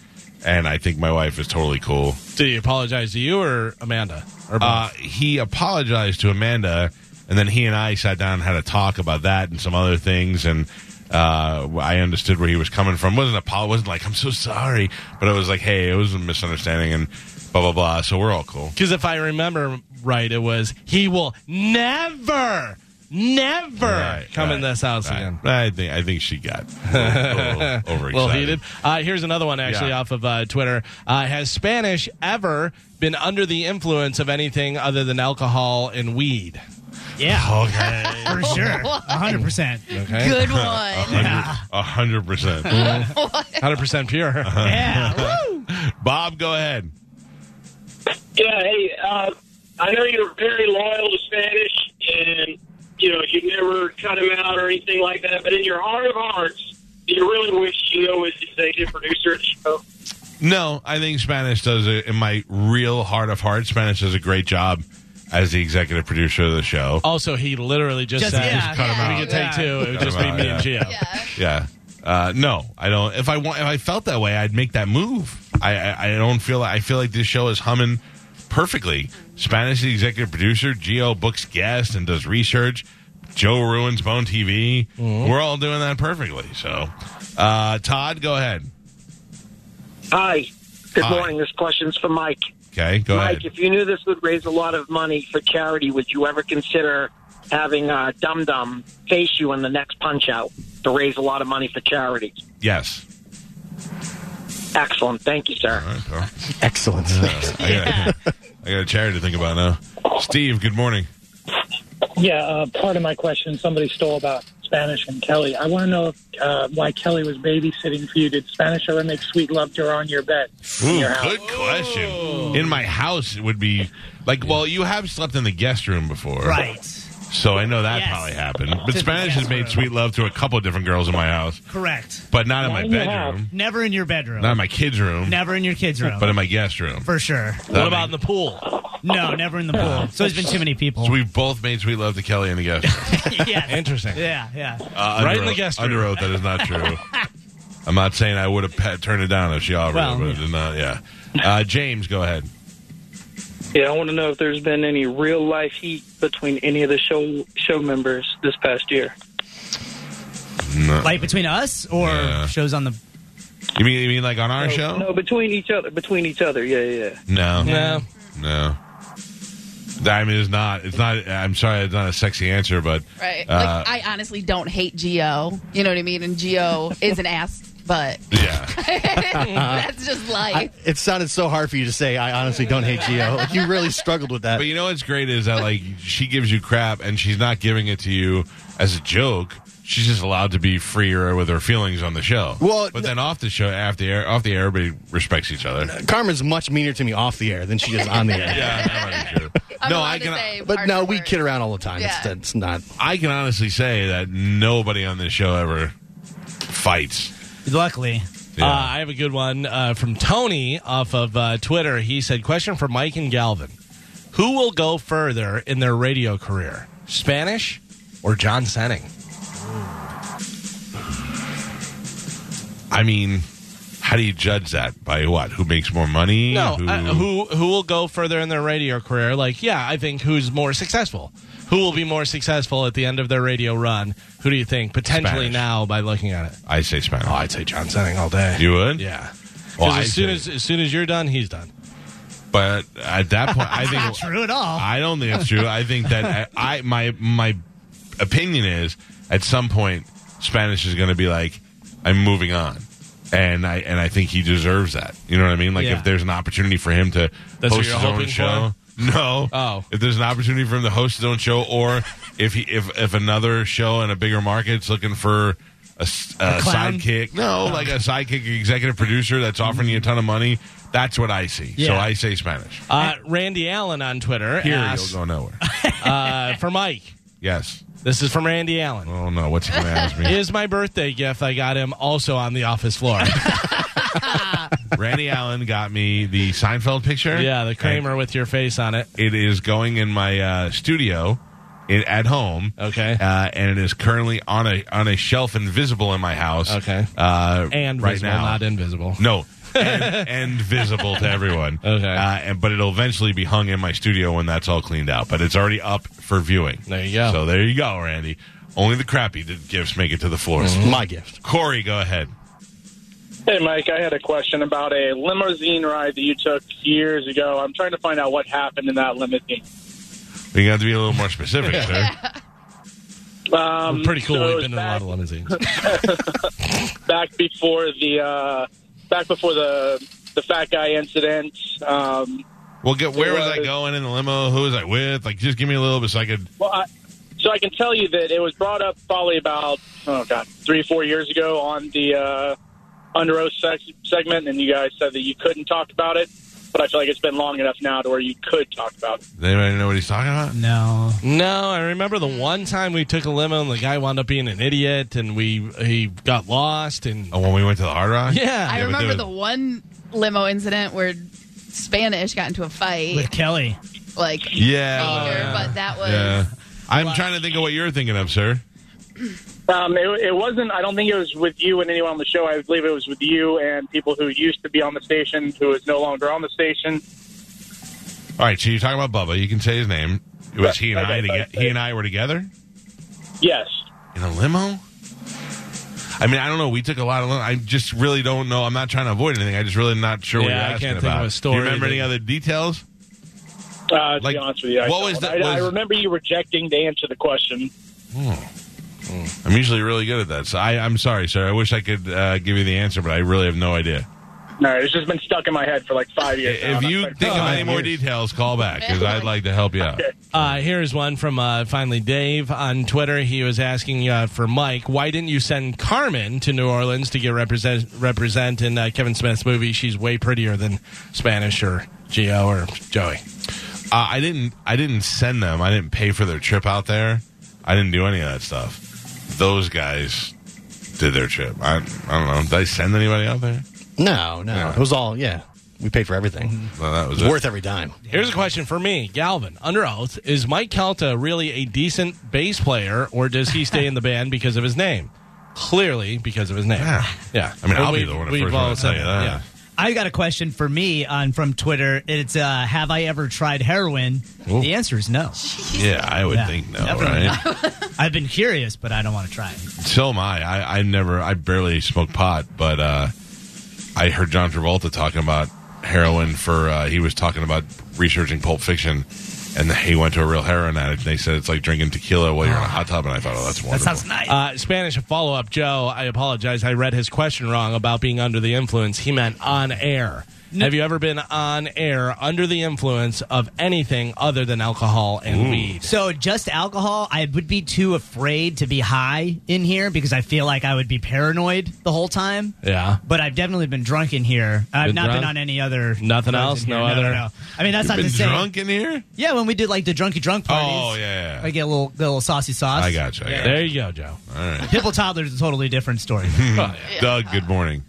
Speaker 1: and I think my wife is totally cool.
Speaker 5: Did he apologize to you or Amanda? Or both?
Speaker 1: Uh, he apologized to Amanda, and then he and I sat down and had a talk about that and some other things, and uh, I understood where he was coming from. wasn't apo- wasn't like I'm so sorry, but it was like, hey, it was a misunderstanding, and blah blah blah. So we're all cool.
Speaker 5: Because if I remember right, it was he will never, never
Speaker 1: Right,
Speaker 5: come in
Speaker 1: right,
Speaker 5: this house
Speaker 1: right.
Speaker 5: again.
Speaker 1: I think I think she
Speaker 5: <laughs>
Speaker 1: got a little- a
Speaker 5: A
Speaker 1: little overexcited.
Speaker 5: little heated. Uh, here's another one actually
Speaker 1: Yeah.
Speaker 5: off of uh, Twitter. Uh, has Spanish ever been under the influence of anything other than alcohol and weed?
Speaker 8: Yeah.
Speaker 1: Okay.
Speaker 5: <laughs>
Speaker 8: For sure. 100%.
Speaker 5: Okay.
Speaker 7: Good
Speaker 1: Oh,
Speaker 7: one.
Speaker 1: A hundred percent.
Speaker 5: Hundred percent
Speaker 1: <laughs>
Speaker 5: pure.
Speaker 1: Uh-huh.
Speaker 8: Yeah.
Speaker 1: Bob, go ahead.
Speaker 10: Yeah, hey, uh, I know you're very loyal to Spanish, and you know you never cut him out or anything like that. But in your heart of hearts, do you really wish you know his executive producer. at the show?
Speaker 1: No, I think Spanish does it in my real heart of heart. Spanish does a great job as the executive producer of the show.
Speaker 5: Also, he literally just,
Speaker 8: Just-
Speaker 5: said,
Speaker 8: yeah, Just
Speaker 1: cut him
Speaker 5: "We
Speaker 1: out.
Speaker 5: could take
Speaker 8: Yeah.
Speaker 5: two. It would
Speaker 1: Cut
Speaker 5: just
Speaker 1: him
Speaker 5: be
Speaker 1: out,
Speaker 5: me
Speaker 1: yeah.
Speaker 5: and Gio."
Speaker 7: Yeah.
Speaker 1: Yeah. Uh, no, I don't. If I want, if I felt that way, I'd make that move. I, I, I don't feel. I feel like this show is humming perfectly. Spanish is the executive producer. Geo books guests and does research. Joe ruins Bone TV. We're all doing that perfectly. So, uh, Todd, go ahead.
Speaker 12: Hi. Good
Speaker 1: Hi.
Speaker 12: morning. This question's for Mike.
Speaker 1: Okay, go
Speaker 12: Mike,
Speaker 1: ahead.
Speaker 12: if you knew this would raise a lot of money for charity, would you ever consider having uh, Dum Dum face you in the next Punch Out to raise a lot of money for charity?
Speaker 1: yes.
Speaker 12: Excellent. Thank you, sir.
Speaker 1: All right, Carl.
Speaker 9: Excellent.
Speaker 1: I got, I got a charity to think about now. Steve, good morning.
Speaker 13: Yeah, uh, part of my question somebody stole about Spanish and Kelly. I want to know if, uh, why Kelly was babysitting for you. Did Spanish ever make sweet love to her on your bed? in
Speaker 1: Ooh,
Speaker 13: your house?
Speaker 1: good question. In my house, it would be like, well, you have slept in the guest room before.
Speaker 8: Right.
Speaker 1: So I know that
Speaker 8: Yes.
Speaker 1: probably happened. But
Speaker 8: the
Speaker 1: Spanish has
Speaker 8: guest
Speaker 1: made
Speaker 8: room.
Speaker 1: sweet love to a couple of different girls in my house,
Speaker 8: Correct.
Speaker 1: but not in
Speaker 13: Not
Speaker 1: my
Speaker 13: in your house.
Speaker 1: bedroom,
Speaker 8: Never in your bedroom.
Speaker 1: not in my kids' room,
Speaker 8: Never in your kids' room.
Speaker 1: but in my guest room.
Speaker 8: For sure.
Speaker 5: What about in the pool?
Speaker 8: No, never in the
Speaker 5: <laughs>
Speaker 8: pool. So there's been too many people.
Speaker 1: So
Speaker 8: <laughs>
Speaker 1: we've both made sweet love to Kelly in the guest room.
Speaker 8: yeah.
Speaker 5: Interesting.
Speaker 8: Yeah, yeah.
Speaker 1: Uh,
Speaker 5: Right
Speaker 1: under
Speaker 5: in the
Speaker 1: oath-
Speaker 5: guest
Speaker 1: Under
Speaker 5: room.
Speaker 1: oath, that is
Speaker 5: <laughs>
Speaker 1: not true. I'm not saying I would have pa- turned it down if she offered
Speaker 8: Well,
Speaker 1: it, but it
Speaker 8: yeah.
Speaker 1: did not. Yeah. Uh, James, go ahead.
Speaker 14: Yeah, I want to know if there's been any real life heat between any of the show show members this past year.
Speaker 1: No.
Speaker 8: Like between us or
Speaker 1: Yeah.
Speaker 8: shows on the.
Speaker 1: You mean you mean like on our
Speaker 14: no,
Speaker 1: show?
Speaker 14: No, between each other. Between each other. Yeah, yeah. yeah.
Speaker 1: No.
Speaker 5: Yeah.
Speaker 1: No. I mean, it's not. It's not. I'm sorry, it's not a sexy answer, but
Speaker 7: Right.
Speaker 1: Uh,
Speaker 7: like I honestly don't hate Geo. You know what I mean? And Geo is an ass, but
Speaker 5: <laughs>
Speaker 1: yeah,
Speaker 7: <laughs> that's just
Speaker 9: I,
Speaker 7: life.
Speaker 9: it sounded so hard for you to say. I honestly don't hate Geo. Like, you really struggled with that.
Speaker 1: but you know what's great is that like she gives you crap, and she's not giving it to you as a joke. She's just allowed to be freer with her feelings on the show.
Speaker 9: Well,
Speaker 1: but then off the show, after the air, off the air, everybody respects each other.
Speaker 9: Carmen's much meaner to me off the air than she is on the air.
Speaker 1: Yeah, that might be true.
Speaker 7: I'm
Speaker 1: no,
Speaker 7: allowed
Speaker 1: I
Speaker 7: to
Speaker 1: can.
Speaker 7: say
Speaker 9: But
Speaker 7: hard
Speaker 9: no,
Speaker 7: work.
Speaker 9: we kid around all the time. It's,
Speaker 7: Yeah.
Speaker 9: it's not.
Speaker 1: I can honestly say that nobody on this show ever fights.
Speaker 8: Luckily.
Speaker 1: Yeah.
Speaker 5: Uh, I have a good one uh, from Tony off of uh, Twitter. He said, "Question for Mike and Galvin: Who will go further in their radio career, Spanish or John Senning?"
Speaker 1: I mean, how do you judge that? By what? Who makes more money?
Speaker 5: No, who? Uh, who who will go further in their radio career? Like, yeah, I think who's more successful. Who will be more successful at the end of their radio run? Who do you think potentially
Speaker 1: Spanish.
Speaker 5: now by looking at it?
Speaker 1: I say Spanish.
Speaker 5: Oh, I'd say John Senning all day.
Speaker 1: You would?
Speaker 5: yeah.
Speaker 1: Well,
Speaker 5: 'Cause
Speaker 1: I
Speaker 5: as soon
Speaker 1: say-
Speaker 5: as as soon as you're done, he's done.
Speaker 1: But at that point, I
Speaker 8: Not
Speaker 5: <laughs>
Speaker 1: think
Speaker 8: true at all.
Speaker 1: I don't think it's true. I think that I, I my my opinion is at some point Spanish is going to be like I'm moving on. and I and I think he deserves that. You know what I mean? Like
Speaker 5: Yeah.
Speaker 1: if there's an opportunity for him to
Speaker 5: That's what
Speaker 1: host
Speaker 5: you're
Speaker 1: his own
Speaker 5: hoping
Speaker 1: show. No. Oh. If there's an opportunity for him to host his own show, or if he if if another show in a bigger market's looking for a, s- a
Speaker 5: clown? Oh.
Speaker 1: sidekick, no, like a sidekick executive producer that's offering you a ton of money, that's what I see. So
Speaker 5: Yeah.
Speaker 1: I say Spanish.
Speaker 5: Uh, Randy Allen on Twitter
Speaker 1: Here
Speaker 5: asks,
Speaker 1: you'll go nowhere.
Speaker 5: uh, for Mike.
Speaker 1: Yes.
Speaker 5: This is from Randy Allen.
Speaker 1: Oh no, what's he gonna ask me?
Speaker 5: <laughs> Is my birthday gift I got him also on the office <laughs> floor.
Speaker 1: Randy Allen got me the Seinfeld picture.
Speaker 5: Yeah, the Kramer with your face on it.
Speaker 1: It is going in my uh, studio in, at home.
Speaker 5: Okay.
Speaker 1: Uh, and it is currently on a on a shelf invisible in my house.
Speaker 5: Okay.
Speaker 1: Uh,
Speaker 5: and
Speaker 1: right
Speaker 5: visible,
Speaker 1: now.
Speaker 5: not invisible. <laughs>
Speaker 1: no. and, and visible to everyone.
Speaker 5: Okay.
Speaker 1: Uh, and, but it'll eventually be hung in my studio when that's all cleaned out. But it's already up for viewing.
Speaker 5: There you go.
Speaker 1: So there you go, Randy. Only the crappy did gifts make it to the floor.
Speaker 5: Mm-hmm.
Speaker 9: My gift.
Speaker 1: Corey, go ahead.
Speaker 15: Hey, Mike, I had a question about a limousine ride that you took years ago. I'm trying to find out what happened in that limousine.
Speaker 1: We got to be a little more specific, sir.
Speaker 15: Um,
Speaker 5: Pretty cool.
Speaker 15: so it
Speaker 5: We've
Speaker 15: was
Speaker 5: been in a
Speaker 15: back,
Speaker 5: lot of limousines.
Speaker 15: <laughs> back before the uh, back before the the fat guy incident. Um,
Speaker 1: Well, get where
Speaker 15: It
Speaker 1: was I
Speaker 15: was-
Speaker 1: going in the limo? Who was I with? Like, just give me a little bit so I could.
Speaker 15: well, I, so I can tell you that it was brought up probably about oh god three four years ago on the uh, under oath sex segment, and you guys said that you couldn't talk about it. But I feel like it's been long enough now to where you could talk about it.
Speaker 1: Does anybody know what he's talking about?
Speaker 8: No.
Speaker 5: No, I remember the one time we took a limo and the guy wound up being an idiot and we he got lost and
Speaker 1: oh, when we went to the Hard Rock.
Speaker 5: Yeah,
Speaker 7: I remember the one limo incident where Spanish got into a fight.
Speaker 8: With Kelly.
Speaker 1: <laughs>
Speaker 7: Like, <laughs>
Speaker 1: Yeah.
Speaker 7: Major,
Speaker 1: yeah.
Speaker 7: but that Oh, was-
Speaker 1: uh, Yeah. I'm trying to think of what you're thinking of, sir.
Speaker 15: Um, it, it wasn't. I don't think it was with you and anyone on the show. I believe it was with you and people who used to be on the station who is no longer on the station.
Speaker 1: All right, so you're talking about Bubba. You can say his name. It was he and
Speaker 15: Okay,
Speaker 1: I.
Speaker 15: okay.
Speaker 1: Toge- he and I were together
Speaker 15: Yes.
Speaker 1: in a limo. I mean, I don't know. We took a lot of. Lim- I just really don't know. I'm not trying to avoid anything. I just really not sure what
Speaker 5: Yeah,
Speaker 1: you're
Speaker 5: I
Speaker 1: asking
Speaker 5: can't think
Speaker 1: about.
Speaker 5: of a
Speaker 1: Do
Speaker 5: story
Speaker 1: you remember
Speaker 5: that-
Speaker 1: any other details?
Speaker 15: Uh, to
Speaker 1: Like,
Speaker 15: be honest with you, I,
Speaker 1: what
Speaker 15: don't.
Speaker 1: was that-
Speaker 15: I, I
Speaker 1: was-
Speaker 15: remember you rejecting to answer the question.
Speaker 1: Oh. I'm usually really good at that. So I, I'm sorry, sir. I wish I could uh, give you the answer, but I really have no idea.
Speaker 15: No, it's just been stuck in my head for like five years. now,
Speaker 1: If
Speaker 15: and
Speaker 1: you
Speaker 15: I'm-
Speaker 1: think of any more details, call back because I'd like to help you out.
Speaker 5: Uh, here's one from uh, finally Dave on Twitter. He was asking uh, for Mike, why didn't you send Carmen to New Orleans to get represent represent in uh, Kevin Smith's movie? She's way prettier than Spanish or Geo or Joey.
Speaker 1: Uh, I didn't. I didn't send them. I didn't pay for their trip out there. I didn't do any of that stuff. Those guys did their trip. I, I don't know. Did I send anybody out there?
Speaker 9: No, no. It was all, yeah. We paid for everything.
Speaker 1: Well, Mm-hmm. that was
Speaker 9: It's
Speaker 1: it.
Speaker 9: worth every dime.
Speaker 5: Here's a question for me, Galvin. Under oath, is Mike Calta really a decent bass player, or does he stay in the band because of his name? Clearly, because of his name. Yeah.
Speaker 1: I mean,
Speaker 5: Well,
Speaker 1: I'll be
Speaker 5: we-
Speaker 1: the one to
Speaker 5: we've
Speaker 1: first
Speaker 5: all
Speaker 1: one to tell
Speaker 5: said
Speaker 1: you
Speaker 5: that,
Speaker 1: that.
Speaker 5: yeah.
Speaker 8: I got a question for me on from Twitter. It's uh, have I ever tried heroin? The answer is no.
Speaker 1: Yeah, I would
Speaker 8: Yeah,
Speaker 1: think no,
Speaker 8: definitely
Speaker 1: right?
Speaker 8: not. <laughs> I've been curious, but I don't want to try it.
Speaker 1: So am I. I. I never. I barely smoke pot, but uh, I heard John Travolta talking about heroin for. Uh, he was talking about researching Pulp Fiction, and he went to a real heroin addict, and they said it's like drinking tequila while you're in a hot tub. And I thought, oh, that's wonderful.
Speaker 8: nice.
Speaker 5: Uh, Spanish follow up, Joe. I apologize. I read his question wrong about being under the influence. He meant on air. Have you ever been on air under the influence of anything other than alcohol and weed?
Speaker 8: So just alcohol, I would be too afraid to be high in here because I feel like I would be paranoid the whole time.
Speaker 5: Yeah.
Speaker 8: But I've definitely been drunk in here. I've
Speaker 5: Been
Speaker 8: not been
Speaker 5: drunk?
Speaker 8: on any other.
Speaker 5: Nothing
Speaker 8: drugs
Speaker 5: else?
Speaker 8: in here.
Speaker 5: No
Speaker 8: no,
Speaker 5: other?
Speaker 8: No, I mean, that's
Speaker 1: You've
Speaker 8: not
Speaker 1: been
Speaker 8: the same.
Speaker 1: drunk in here.
Speaker 8: Yeah, when we did like the drunky drunk
Speaker 1: Oh
Speaker 8: parties.
Speaker 1: yeah.
Speaker 8: I get a little, little saucy sauce.
Speaker 1: I got you. I got
Speaker 5: There you go, Joe.
Speaker 1: All right.
Speaker 8: Pipple toddler's a totally different
Speaker 5: <laughs>
Speaker 8: story.
Speaker 1: Doug, good morning.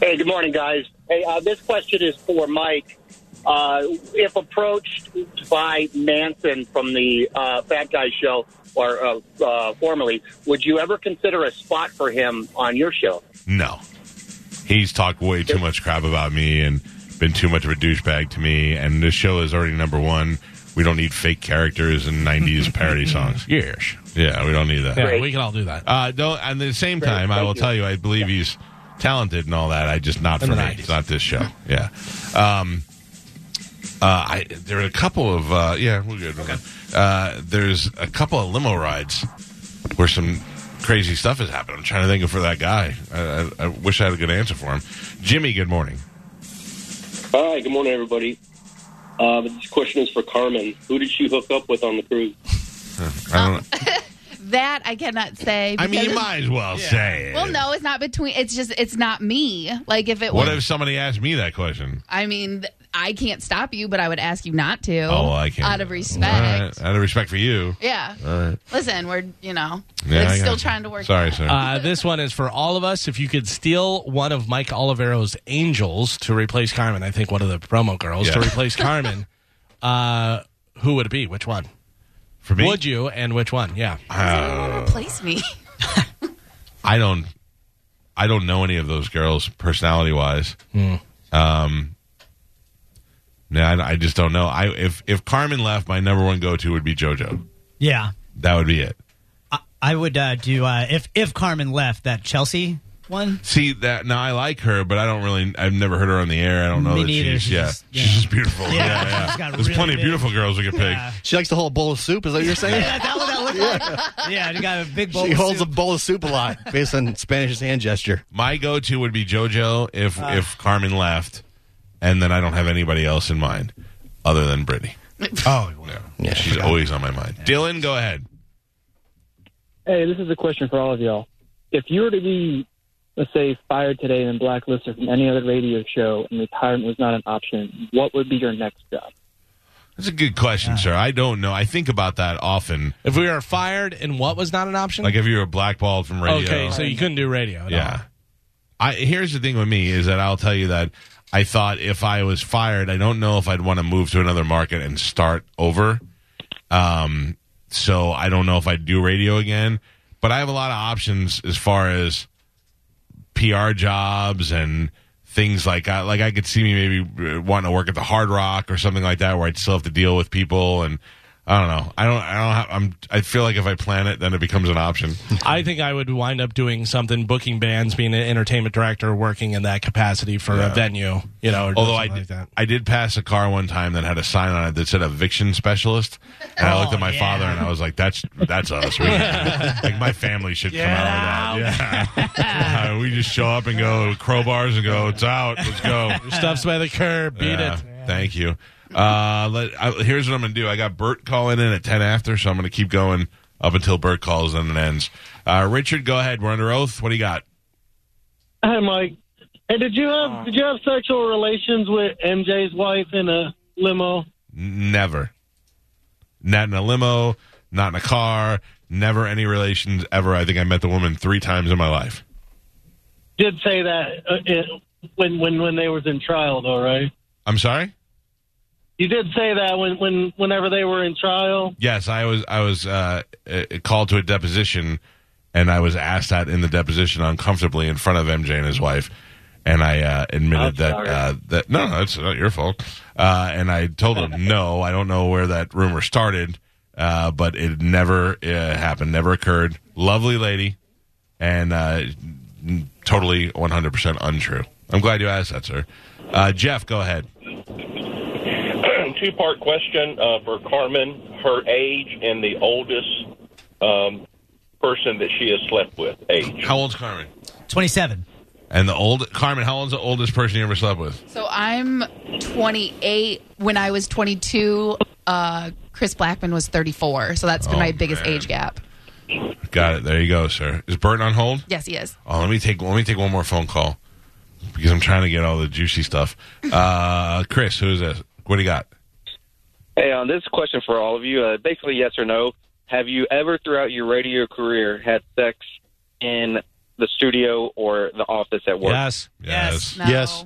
Speaker 16: Hey, good morning, guys. Hey, uh, this question is for Mike. Uh, if approached by Manson from the uh, Fat Guy Show, or uh, uh, formerly, would you ever consider a spot for him on your show?
Speaker 1: No. He's talked way too much crap about me and been too much of a douchebag to me. And this show is already number one. We don't need fake characters and 90s parody songs. Yes. <laughs> Yeah, we don't need that.
Speaker 5: Yeah, we can all do that.
Speaker 1: Uh, don't, and at the same time, I will tell you, I believe he's talented and all that. I just not
Speaker 5: In
Speaker 1: for
Speaker 5: the
Speaker 1: me.
Speaker 5: 90s.
Speaker 1: It's not this show. Yeah. Um, uh, I, there are a couple of uh, yeah, we're good. we're good. Uh, there's a couple of limo rides where some crazy stuff has happened. I'm trying to think of for that guy. I, I, I wish I had a good answer for him. Jimmy, good morning.
Speaker 17: All right, good morning, everybody. Uh, this question is for Carmen. Who did she hook up with on the cruise?
Speaker 1: I don't
Speaker 7: Oh.
Speaker 1: know.
Speaker 7: That I cannot say.
Speaker 1: I
Speaker 7: <laughs>
Speaker 1: mean,
Speaker 7: because-
Speaker 1: you might as well say it.
Speaker 7: Well, no, it's not between. It's just it's not me. Like if it
Speaker 1: What
Speaker 7: was,
Speaker 1: if somebody asked me that question?
Speaker 7: I mean, th- I can't stop you, but I would ask you not to.
Speaker 1: Oh, well, I can't.
Speaker 7: Out of respect.
Speaker 1: All right. Out of respect for you.
Speaker 7: Yeah.
Speaker 1: All right.
Speaker 7: Listen, we're you know,
Speaker 5: Yeah,
Speaker 7: we're
Speaker 5: I
Speaker 7: still
Speaker 5: gotcha.
Speaker 7: trying to work.
Speaker 1: Sorry, sir.
Speaker 5: Uh, this one is for all of us. If you could steal one of Mike Olivero's angels to replace Carmen, I think one of the promo girls to
Speaker 9: <laughs>
Speaker 1: Yeah.
Speaker 5: replace Carmen, uh, who would it be? Which one?
Speaker 1: For me?
Speaker 5: Would you and which one? Yeah.
Speaker 7: Replace me.
Speaker 1: I don't I don't know any of those girls personality wise.
Speaker 8: Hmm.
Speaker 1: Um no, I, I just don't know. I if if Carmen left, my number one go to would be JoJo.
Speaker 8: Yeah,
Speaker 1: That would be it.
Speaker 8: I would uh, do uh, if if Carmen left that Chelsea one.
Speaker 1: See that now I like her, but I don't really. I've never heard her on the air. I don't know
Speaker 8: Me
Speaker 1: that
Speaker 8: neither.
Speaker 1: she's,
Speaker 8: She's
Speaker 1: yeah.
Speaker 8: just-
Speaker 1: She's just beautiful. Yeah,
Speaker 8: Yeah,
Speaker 1: yeah.
Speaker 8: she's got
Speaker 1: There's
Speaker 8: really
Speaker 1: plenty
Speaker 8: big-
Speaker 1: of beautiful girls we could pick.
Speaker 9: She likes to hold a bowl of soup. Is that what you're saying?
Speaker 8: Yeah, that what that looked like. Yeah, you got a big bowl.
Speaker 9: she
Speaker 8: of
Speaker 9: holds
Speaker 8: soup.
Speaker 9: a bowl of soup a lot based on Spanish's hand gesture.
Speaker 1: My go to would be JoJo if
Speaker 9: Ah.
Speaker 1: if Carmen left, and then I don't have anybody else in mind other than Brittany.
Speaker 8: Oh,
Speaker 1: Yeah, she's always on my mind. Dylan, go ahead.
Speaker 18: Hey, this is a question for all of y'all. If you were to be, let's say, fired today and blacklisted from any other radio show and retirement was not an option, what would be your next
Speaker 19: <laughs>
Speaker 18: job?
Speaker 1: That's a good question, sir. I don't know. I think about that often.
Speaker 5: If we were fired and what was not an option?
Speaker 1: Like if you were blackballed from radio.
Speaker 5: Okay, so you couldn't do radio. at all.
Speaker 1: Yeah. I here's the thing with me is that I'll tell you that I thought if I was fired, I don't know if I'd want to move to another market and start over. Um, so I don't know if I'd do radio again, but I have a lot of options as far as PR jobs and things like I like I could see me maybe uh, wanting to work at the Hard Rock or something like that, where I'd still have to deal with people and I don't know. I don't. I don't. Have, I'm. I feel like if I plan it, then it becomes an option.
Speaker 5: I think I would wind up doing something, booking bands, being an entertainment director, working in that capacity for
Speaker 1: Yeah.
Speaker 5: a venue. You know, or
Speaker 1: Although I
Speaker 5: something
Speaker 1: did,
Speaker 5: like that.
Speaker 1: I did pass a car one time that had a sign on it that said eviction specialist, and I looked at my father and I was like, "That's that's us. We, like my family should come out with that. Yeah, <laughs> Uh, we just show up and go crowbars and go. It's out. Let's go.
Speaker 5: Your stuff's by the curb. Beat
Speaker 1: Yeah,
Speaker 5: it.
Speaker 1: Thank you. Uh, let, I, here's what I'm gonna do. I got Bert calling in at ten after, so I'm gonna keep going up until Bert calls and it ends. Uh, Richard, go ahead. We're under oath. What do you got?
Speaker 19: Hi, Mike. Hey, did you have did you have sexual relations with MJ's wife in a limo?
Speaker 1: Never. Not in a limo, not in a car, never any relations ever. I think I met the woman three times in my life.
Speaker 19: Did say that uh, it, when when when they was in trial, though, right?
Speaker 1: I'm sorry?
Speaker 19: You did say that when when whenever they were in trial.
Speaker 1: Yes, I was I was uh, uh, called to a deposition and I was asked that in the deposition uncomfortably in front of MJ and his wife. And I uh, admitted that uh, that no, no, it's not your fault. Uh, and I told him no, I don't know where that rumor started, uh, but it never uh, happened, never occurred. Lovely lady, and uh, n- totally one hundred percent untrue. I'm glad you asked that, sir. Uh, Jeff, go ahead.
Speaker 20: Two part question uh, for Carmen her age and the oldest um, person that she has slept with. Age.
Speaker 1: How old's Carmen?
Speaker 8: Twenty-seven.
Speaker 1: And the old Carmen, how old's the oldest person you ever slept with?
Speaker 7: So I'm 28. When I was 22, uh, Chris Blackman was 34. So that's been
Speaker 1: Oh,
Speaker 7: my biggest
Speaker 1: man.
Speaker 7: age gap.
Speaker 1: Got it. There you go, sir. Is Burton on hold?
Speaker 7: Yes, he is.
Speaker 1: Oh, let me take let me take one more phone call because I'm trying to get all the juicy stuff. Uh, Chris, who is this? What do you got?
Speaker 21: Hey, on this question for all of you, uh, basically yes or no. Have you ever, throughout your radio career, had sex in the studio or the office at work?
Speaker 5: Yes.
Speaker 1: Yes.
Speaker 9: Yes.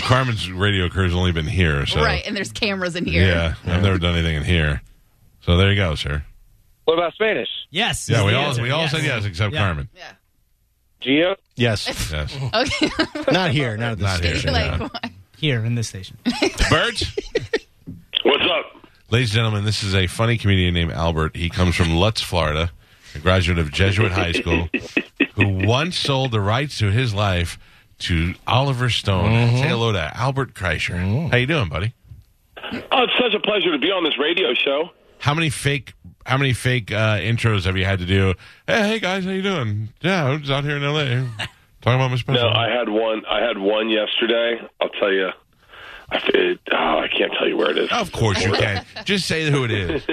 Speaker 1: Carmen's radio career's only been here, so
Speaker 7: right. And there's cameras in here.
Speaker 1: Yeah, I've never done anything in here. So there you go, sir.
Speaker 21: What about Spanish?
Speaker 8: Yes.
Speaker 1: yeah, we all we all said yes except Carmen.
Speaker 21: Geo?
Speaker 5: <laughs>
Speaker 9: Yes.
Speaker 1: Yes.
Speaker 7: Okay. <laughs>
Speaker 9: Not here. Not at the
Speaker 1: Not here,
Speaker 9: station.
Speaker 1: <laughs> Like,
Speaker 8: Here in this station.
Speaker 1: Bert?
Speaker 21: What's up?
Speaker 1: Ladies and gentlemen, this is a funny comedian named Albert. He comes from Lutz, Florida, a graduate of Jesuit High School, who once sold the rights to his life to Oliver Stone.
Speaker 22: Mhm.
Speaker 1: Say hello to Albert Kreischer. How you doing, buddy?
Speaker 22: Oh, it's such a pleasure to be on this radio show.
Speaker 1: How many fake how many fake uh, intros have you had to do? Hey, hey guys, how you doing? Yeah, I'm just out here in L.A. talking about my special.
Speaker 5: Mm-hmm.
Speaker 20: No, I had one. I had one yesterday. I'll tell you. I, it, oh, I can't tell you where it is.
Speaker 1: Of course you can. Just say who
Speaker 20: <laughs>
Speaker 1: it is.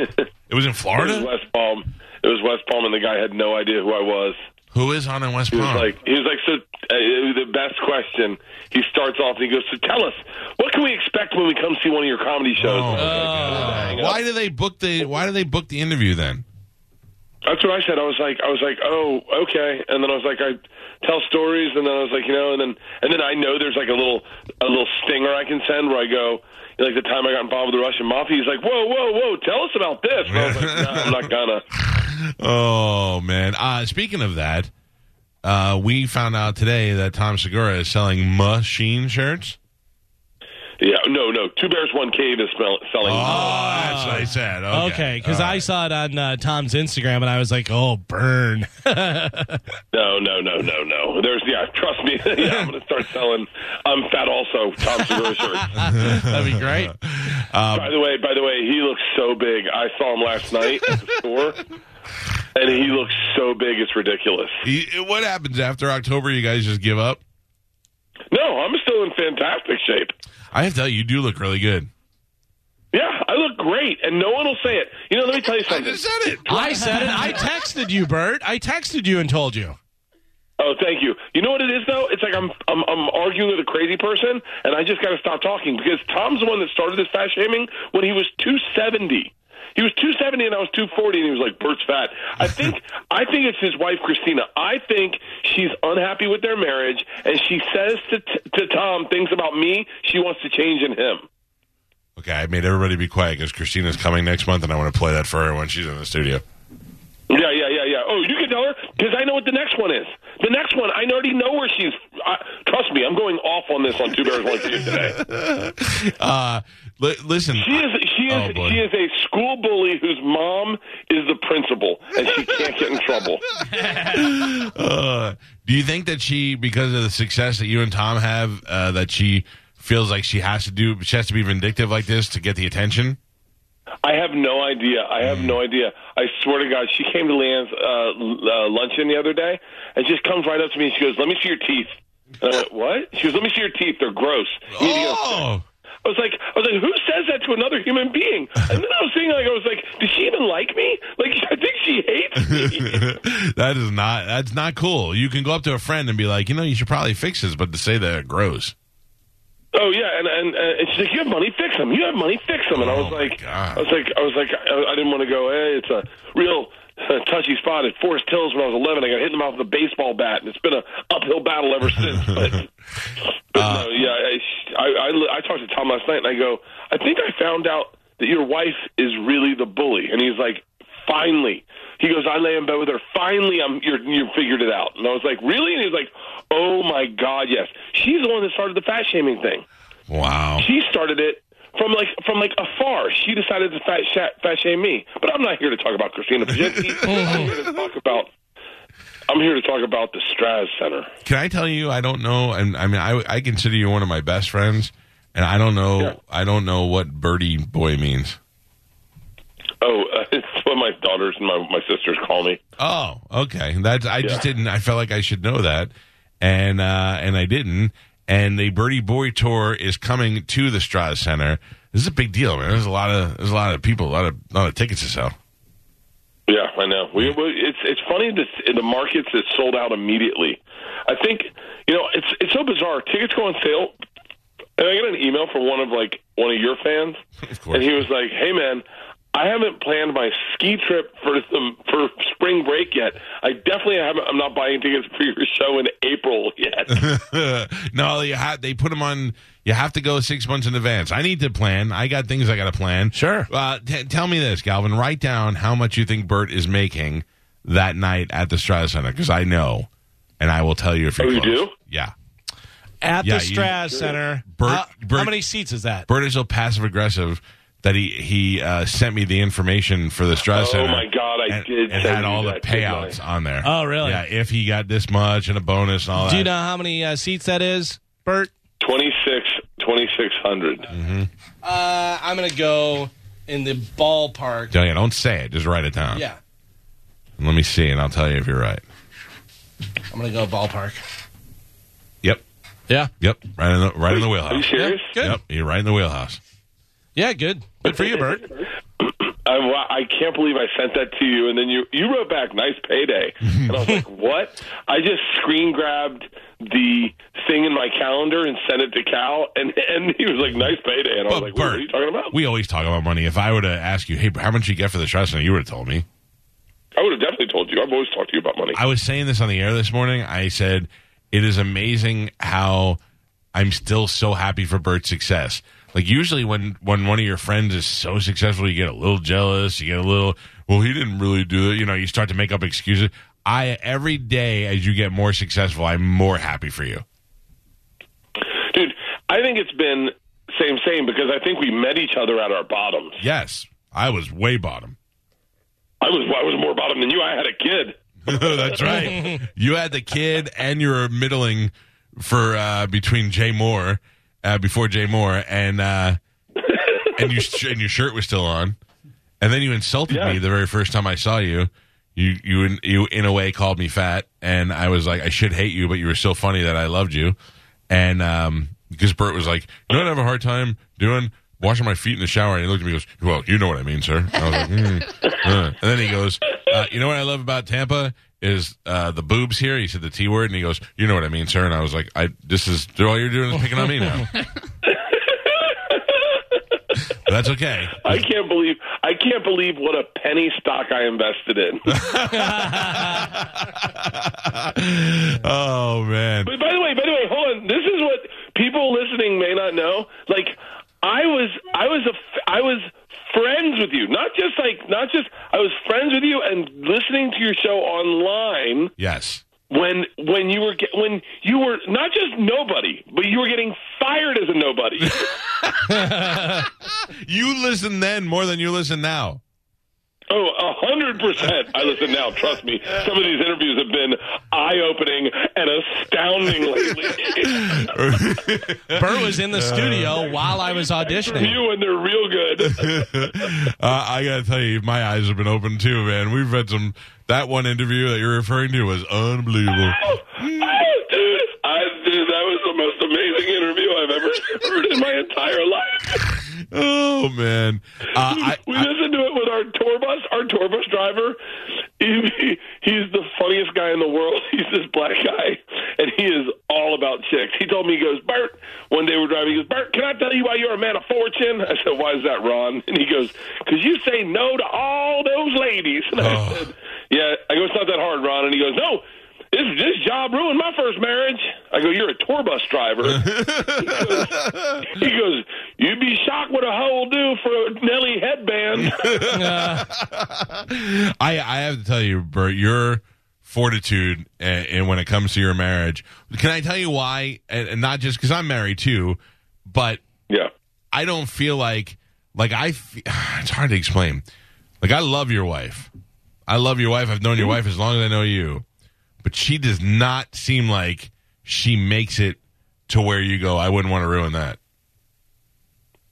Speaker 1: It was in Florida.
Speaker 20: It was West Palm. It was West Palm, and the guy had no idea who I was.
Speaker 1: Who is on in West
Speaker 20: He was
Speaker 1: Palm?
Speaker 20: like, he was like, so uh, it was the best question. He starts off and he goes, so tell us, what can we expect when we come see one of your comedy shows?
Speaker 1: Oh.
Speaker 5: Oh.
Speaker 1: why do they book the Why do they book the interview then?
Speaker 20: That's what I said. I was like, I was like, oh, okay. And then I was like, I tell stories, and then I was like, you know, and then and then I know there's like a little a little stinger I can send where I go. Like the time I got involved with the Russian mafia, he's like, "Whoa, whoa, whoa! Tell us about this." And I was like, no, "I'm not gonna."
Speaker 1: Oh man! Uh, speaking of that, uh, we found out today that Tom Segura is selling machine shirts.
Speaker 20: Yeah, no, no. Two bears, one cave is smell- selling.
Speaker 1: Oh, that's what I said.
Speaker 5: Ah. Okay, because I saw it on uh, Tom's Instagram and I was like, oh, burn.
Speaker 20: No, no, no, no, no. There's yeah. Trust me. <laughs> yeah, I'm gonna start selling. I'm fat also. Tom
Speaker 10: <laughs>
Speaker 20: Segura shirts.
Speaker 5: <laughs> That'd be great.
Speaker 20: by the way, by the way, he looks so big. I saw him last night at the store, and he looks so big. It's ridiculous.
Speaker 1: He, what happens after October? You guys just give up?
Speaker 20: No, I'm still in fantastic shape.
Speaker 1: I have to tell you, you do look really good.
Speaker 20: Yeah, I look great, and no one will say it. You know, let me tell you something. I
Speaker 1: just said it.
Speaker 5: I said it. I texted you, Bert. I texted you and told you.
Speaker 20: Oh, thank you. You know what it is though? It's like I'm I'm, I'm arguing with a crazy person, and I just got to stop talking because Tom's the one that started this fat shaming when he was 270. He was 270 and I was 240, and he was like, "Bert's fat."
Speaker 5: <laughs>
Speaker 20: I think I think it's his wife Christina. I think she's unhappy with their marriage, and she says to to Tom things about me she wants to change in him.
Speaker 1: Okay, I made everybody be quiet because Christina's coming next month, and I want to play that for her when she's in the studio.
Speaker 20: Yeah, yeah, yeah, yeah. Oh, you can tell her because I know what the next one is. The next one, I already know where she's. I, trust me, I'm going off on this on Two Bears One Cave today.
Speaker 1: Uh, li- listen,
Speaker 20: She
Speaker 1: <laughs>
Speaker 20: is she is
Speaker 1: Oh, boy.
Speaker 20: she is a school bully whose mom is the principal, and she can't get in trouble.
Speaker 1: uh, do you think that she, because of the success that you and Tom have, uh, that she feels like she has to do, she has to be vindictive like this to get the attention?
Speaker 20: I have no idea. I have no idea. I swear to God, she came to Leanne's uh, l- uh, luncheon the other day, and just comes right up to me and she goes, "Let me see your teeth." And I went, "What?" She goes, "Let me see your teeth. They're gross." You need to get a
Speaker 1: Oh,
Speaker 20: I was like, I was like, who says that to another human being? And then I was thinking, like, I was like, does she even like me? Like, <laughs> I think she hates me.
Speaker 1: <laughs> that is not that's not cool. You can go up to a friend and be like, you know, you should probably fix this, but to say that it grows.
Speaker 20: Oh yeah, and and, and she's like, you have money, fix them. You have money, fix them. And I was like, I was like, I was like, I, I didn't want to go. Hey, it's a real uh, touchy spot at Forest Hills when I was 11. I got hit in the mouth with a baseball bat, and it's been a uphill battle ever since. But, but no, yeah, I, I, I I talked to Tom last night, and I go, I think I found out that your wife is really the bully, and he's like, finally. He goes, I lay in bed with her. Finally, I'm you're, you figured it out. And I was like, really? And he was like, oh my god, yes. She's the one that started the fat shaming thing.
Speaker 1: Wow.
Speaker 20: She started it from like from like afar. She decided to fat, sha- fat shame me. But I'm not here to talk about Christina Pajitsky. I'm here to talk about. I'm here to talk about the Straz Center.
Speaker 1: Can I tell you? I don't know. And I mean, I, I consider you one of my best friends, and I don't know. I don't know what birdie boy means.
Speaker 20: Oh, uh, <laughs> it's what my daughters and my my sisters call me.
Speaker 1: Oh, okay. That's I just didn't. I felt like I should know that, and uh, and I didn't. And the Birdie Boy tour is coming to the Strauss Center. This is a big deal, man. There's a lot of there's a lot of people, a lot of lot of tickets to sell.
Speaker 20: Yeah, I know. We, we it's it's funny that the markets that sold out immediately. I think you know it's it's so bizarre. Tickets go on sale, and I got an email from one of like one of your fans, and he was like, "Hey man, I haven't planned my ski trip for the, for spring break yet. I definitely haven't. I'm not buying tickets for your show in April yet."
Speaker 1: <laughs> no, you ha- they put them on. You have to go six months in advance. I need to plan. I got things I got to plan. Sure. Uh, t- tell me this, Galvin. Write down how much you think Bert is making that night at the Strauss Center because I know, and I will tell you if you're
Speaker 20: Oh, you
Speaker 1: close.
Speaker 20: do?
Speaker 1: Yeah.
Speaker 5: At
Speaker 1: Yeah,
Speaker 5: the
Speaker 1: you-
Speaker 5: Strass Center.
Speaker 1: Bert-
Speaker 5: how,
Speaker 1: Bert-
Speaker 5: how many seats is that?
Speaker 1: Bert is so passive aggressive that he he uh, sent me the information for the Strauss
Speaker 20: Oh,
Speaker 1: Center.
Speaker 20: my God, I
Speaker 1: and,
Speaker 20: did
Speaker 1: And
Speaker 20: send
Speaker 1: had
Speaker 20: you
Speaker 1: all the
Speaker 20: that, didn't I?
Speaker 1: payouts on there.
Speaker 5: Oh, really?
Speaker 1: Yeah, if he got this much and a bonus and all
Speaker 5: Do you
Speaker 1: that.
Speaker 5: know how many uh, seats that is, Bert?
Speaker 20: Twenty six, twenty six hundred.
Speaker 5: Uh, I'm going to go in the ballpark.
Speaker 1: Don't, yeah, don't say it. Just write it down.
Speaker 5: Yeah,
Speaker 1: Let me see, and I'll tell you if you're right.
Speaker 5: I'm gonna go ballpark.
Speaker 1: Yep.
Speaker 5: Yeah.
Speaker 1: Yep. Right in the right in the wheelhouse.
Speaker 20: Are you serious?
Speaker 1: Yep. Yep. You're right in the wheelhouse.
Speaker 5: Yeah, good. Good for you, Bert.
Speaker 20: I, wa- I can't believe I sent that to you, and then you you wrote back, "Nice payday," and I was like, "What?" I just screen grabbed the thing in my calendar and sent it to Cal, and and he was like, "Nice payday," and I was like, "What are you talking about?"
Speaker 1: We always talk about money. If I were to ask you, hey, how much you get for the trust, you would have told me.
Speaker 20: I would have definitely told you. I've always talked to you about money.
Speaker 1: I was saying this on the air this morning. I said, it is amazing how I'm still so happy for Bert's success. Like usually when, when one of your friends is so successful, you get a little jealous, you get a little, well, he didn't really do it. You know, you start to make up excuses. I, every day as you get more successful, I'm more happy for you.
Speaker 20: Dude, I think it's been same same because I think we met each other at our bottoms.
Speaker 1: Yes. I was way bottom.
Speaker 20: I was I was more bottom than you. I had a kid.
Speaker 1: <laughs> That's right. you had the kid and you were middling for uh, between Jay Moore uh, before Jay Moore and uh, and you and your shirt was still on, and then you insulted me the very first time I saw you. You you you in a way called me fat, and I was like, I should hate you, but you were so funny that I loved you, and um, because Bert was like, you know what I have a hard time doing. Washing my feet in the shower, and he looked at me and goes, Well, you know what I mean, sir. And I was like, "Hmm." <laughs> Uh, And then he goes, uh, You know what I love about Tampa is uh, the boobs here. He said the T word, and he goes, You know what I mean, sir. And I was like, I This is all you're doing is picking on me now. But that's okay.
Speaker 20: I can't believe I can't believe what a penny stock I invested in.
Speaker 1: <laughs> oh man.
Speaker 20: But by the way, by the way, hold on. This is what people listening may not know. Like I was I was a f- I was friends with you. Not just like not just I was friends with you and listening to your show online
Speaker 1: Yes.
Speaker 20: when when you were get, when you were not just nobody, but you were getting fired as a nobody.
Speaker 1: You listen then more than you listen now. <laughs>
Speaker 20: Oh, a hundred percent. I listen now. Trust me. Some of these interviews have been eye-opening and astounding
Speaker 1: Uh,
Speaker 20: lately.
Speaker 5: Bert was in the studio while I was auditioning.
Speaker 20: you and they're real good. <laughs>
Speaker 1: uh, I gotta tell you, my eyes have been open too, man. We've had some. That one interview that you're referring to was unbelievable.
Speaker 20: Oh, dude, I, dude, that was the most amazing interview I've ever heard in my entire life.
Speaker 1: oh man, uh, I,
Speaker 20: we listened to it with our tour bus. Our tour bus driver, he, he- he's the funniest guy in the world. <laughs> He's this black guy, and he is all about chicks. He told me, he goes, Bert, one day we're driving, he goes, Bert, can I tell you why you're a man of fortune? I said, why is that, Ron? And he goes, because you say no to all those ladies. <laughs> And I
Speaker 1: Oh.
Speaker 20: said, yeah. I go, it's not that hard, Ron. And he goes, no. This, this job ruined my first marriage. I go, you're a tour bus driver. He goes, You'd be shocked what a hoe will do for a Nelly headband.
Speaker 1: I I have to tell you, Bert, your fortitude and, and when it comes to your marriage. Can I tell you why? And, and not just because I'm married too, but
Speaker 20: yeah,
Speaker 1: I don't feel like like I. Fe- <sighs> it's hard to explain. Like I love your wife. I love your wife. I've known your wife as long as I know you, but she does not seem like she makes it to where you go. I wouldn't want to ruin that.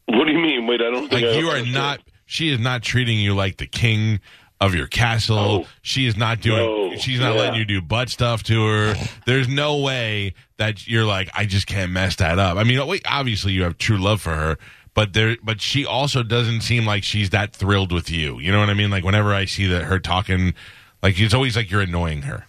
Speaker 20: what do you mean? Wait, I don't think
Speaker 1: Like
Speaker 20: I
Speaker 1: you are not. She is not treating you like the king of your castle. she is not doing.
Speaker 20: No.
Speaker 1: she's not
Speaker 20: Yeah.
Speaker 1: letting you do butt stuff to her. There's no way that you're like. I just can't mess that up. I mean, wait. Obviously, you have true love for her, but there. But she also doesn't seem like she's that thrilled with you. You know what I mean? Like whenever I see that her talking, like it's always like you're annoying her.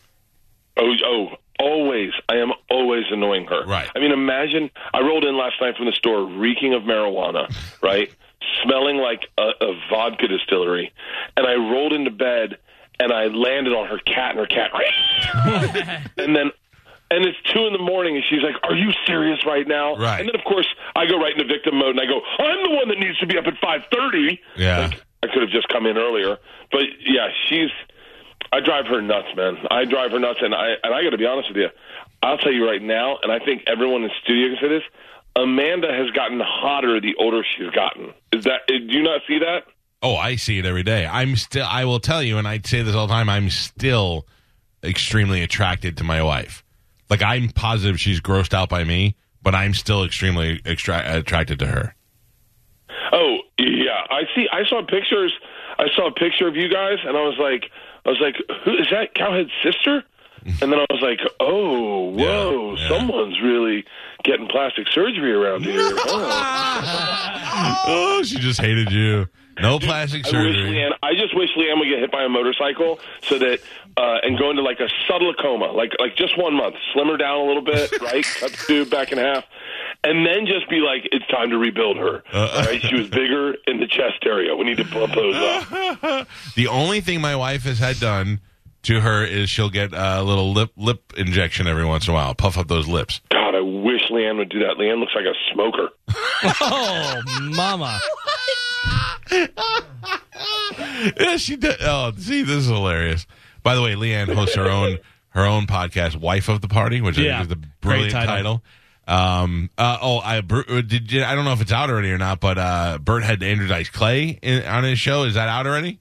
Speaker 20: Oh, oh, always. I am always annoying her. Right. I mean, imagine I rolled in last night from the store reeking of marijuana, right? Smelling like a, a vodka distillery. And I rolled into bed and I landed on her cat and her cat. <laughs> and then. And it's two in the morning, and she's like, "Are you serious right now?" Right. And then, of course, I go right into victim mode, and I go, "I'm the one that needs to be up at five thirty.
Speaker 1: Yeah.
Speaker 20: I could have just come in earlier, but yeah, she's. I drive her nuts, man. I drive her nuts, and I and I got to be honest with you. I'll tell you right now, and I think everyone in the studio can say this. Amanda has gotten hotter the older she's gotten. Is that? eh, Do you not see that?
Speaker 1: Oh, I see it every day. I'm still. I will tell you, and I say this all the time. I'm still extremely attracted to my wife. Like I'm positive she's grossed out by
Speaker 20: <laughs>
Speaker 1: me, but I'm still extremely extra- attracted to her.
Speaker 20: Oh yeah, I see. I saw pictures. I saw a picture of you guys, and I was like, I was like, who is that? Cowhead's sister? And then I was like, oh, whoa, someone's really getting plastic surgery around here. Oh.
Speaker 1: Oh, she just hated you. No plastic
Speaker 20: I
Speaker 1: surgery.
Speaker 20: Wish Leanne, I just wish Leanne would get hit by a motorcycle so that uh, and go into like a subtle coma, like like just one month, slim her down a
Speaker 5: <laughs>
Speaker 20: little bit, right? Cut the tube back in half, and then just be like, it's time to rebuild her. All right, she was bigger in the chest area. We need to bump those up.
Speaker 1: <laughs> The only thing my wife has had done to her is she'll get a little lip lip injection every once in a while, puff up those lips.
Speaker 20: God, I wish Leanne would do that. Leanne looks like a smoker.
Speaker 5: oh, mama.
Speaker 1: <laughs> yeah, she did. Oh, see, this is hilarious. By the way, Leanne hosts her own her own podcast, "Wife of the Party," which
Speaker 5: Yeah.
Speaker 1: I think is the
Speaker 5: Great
Speaker 1: brilliant
Speaker 5: title.
Speaker 1: title. Um. Uh, oh, I Bru- did. You, I don't know if it's out already or not, but uh, Bert had Andrew Dice Clay in, on his show. Is that out already?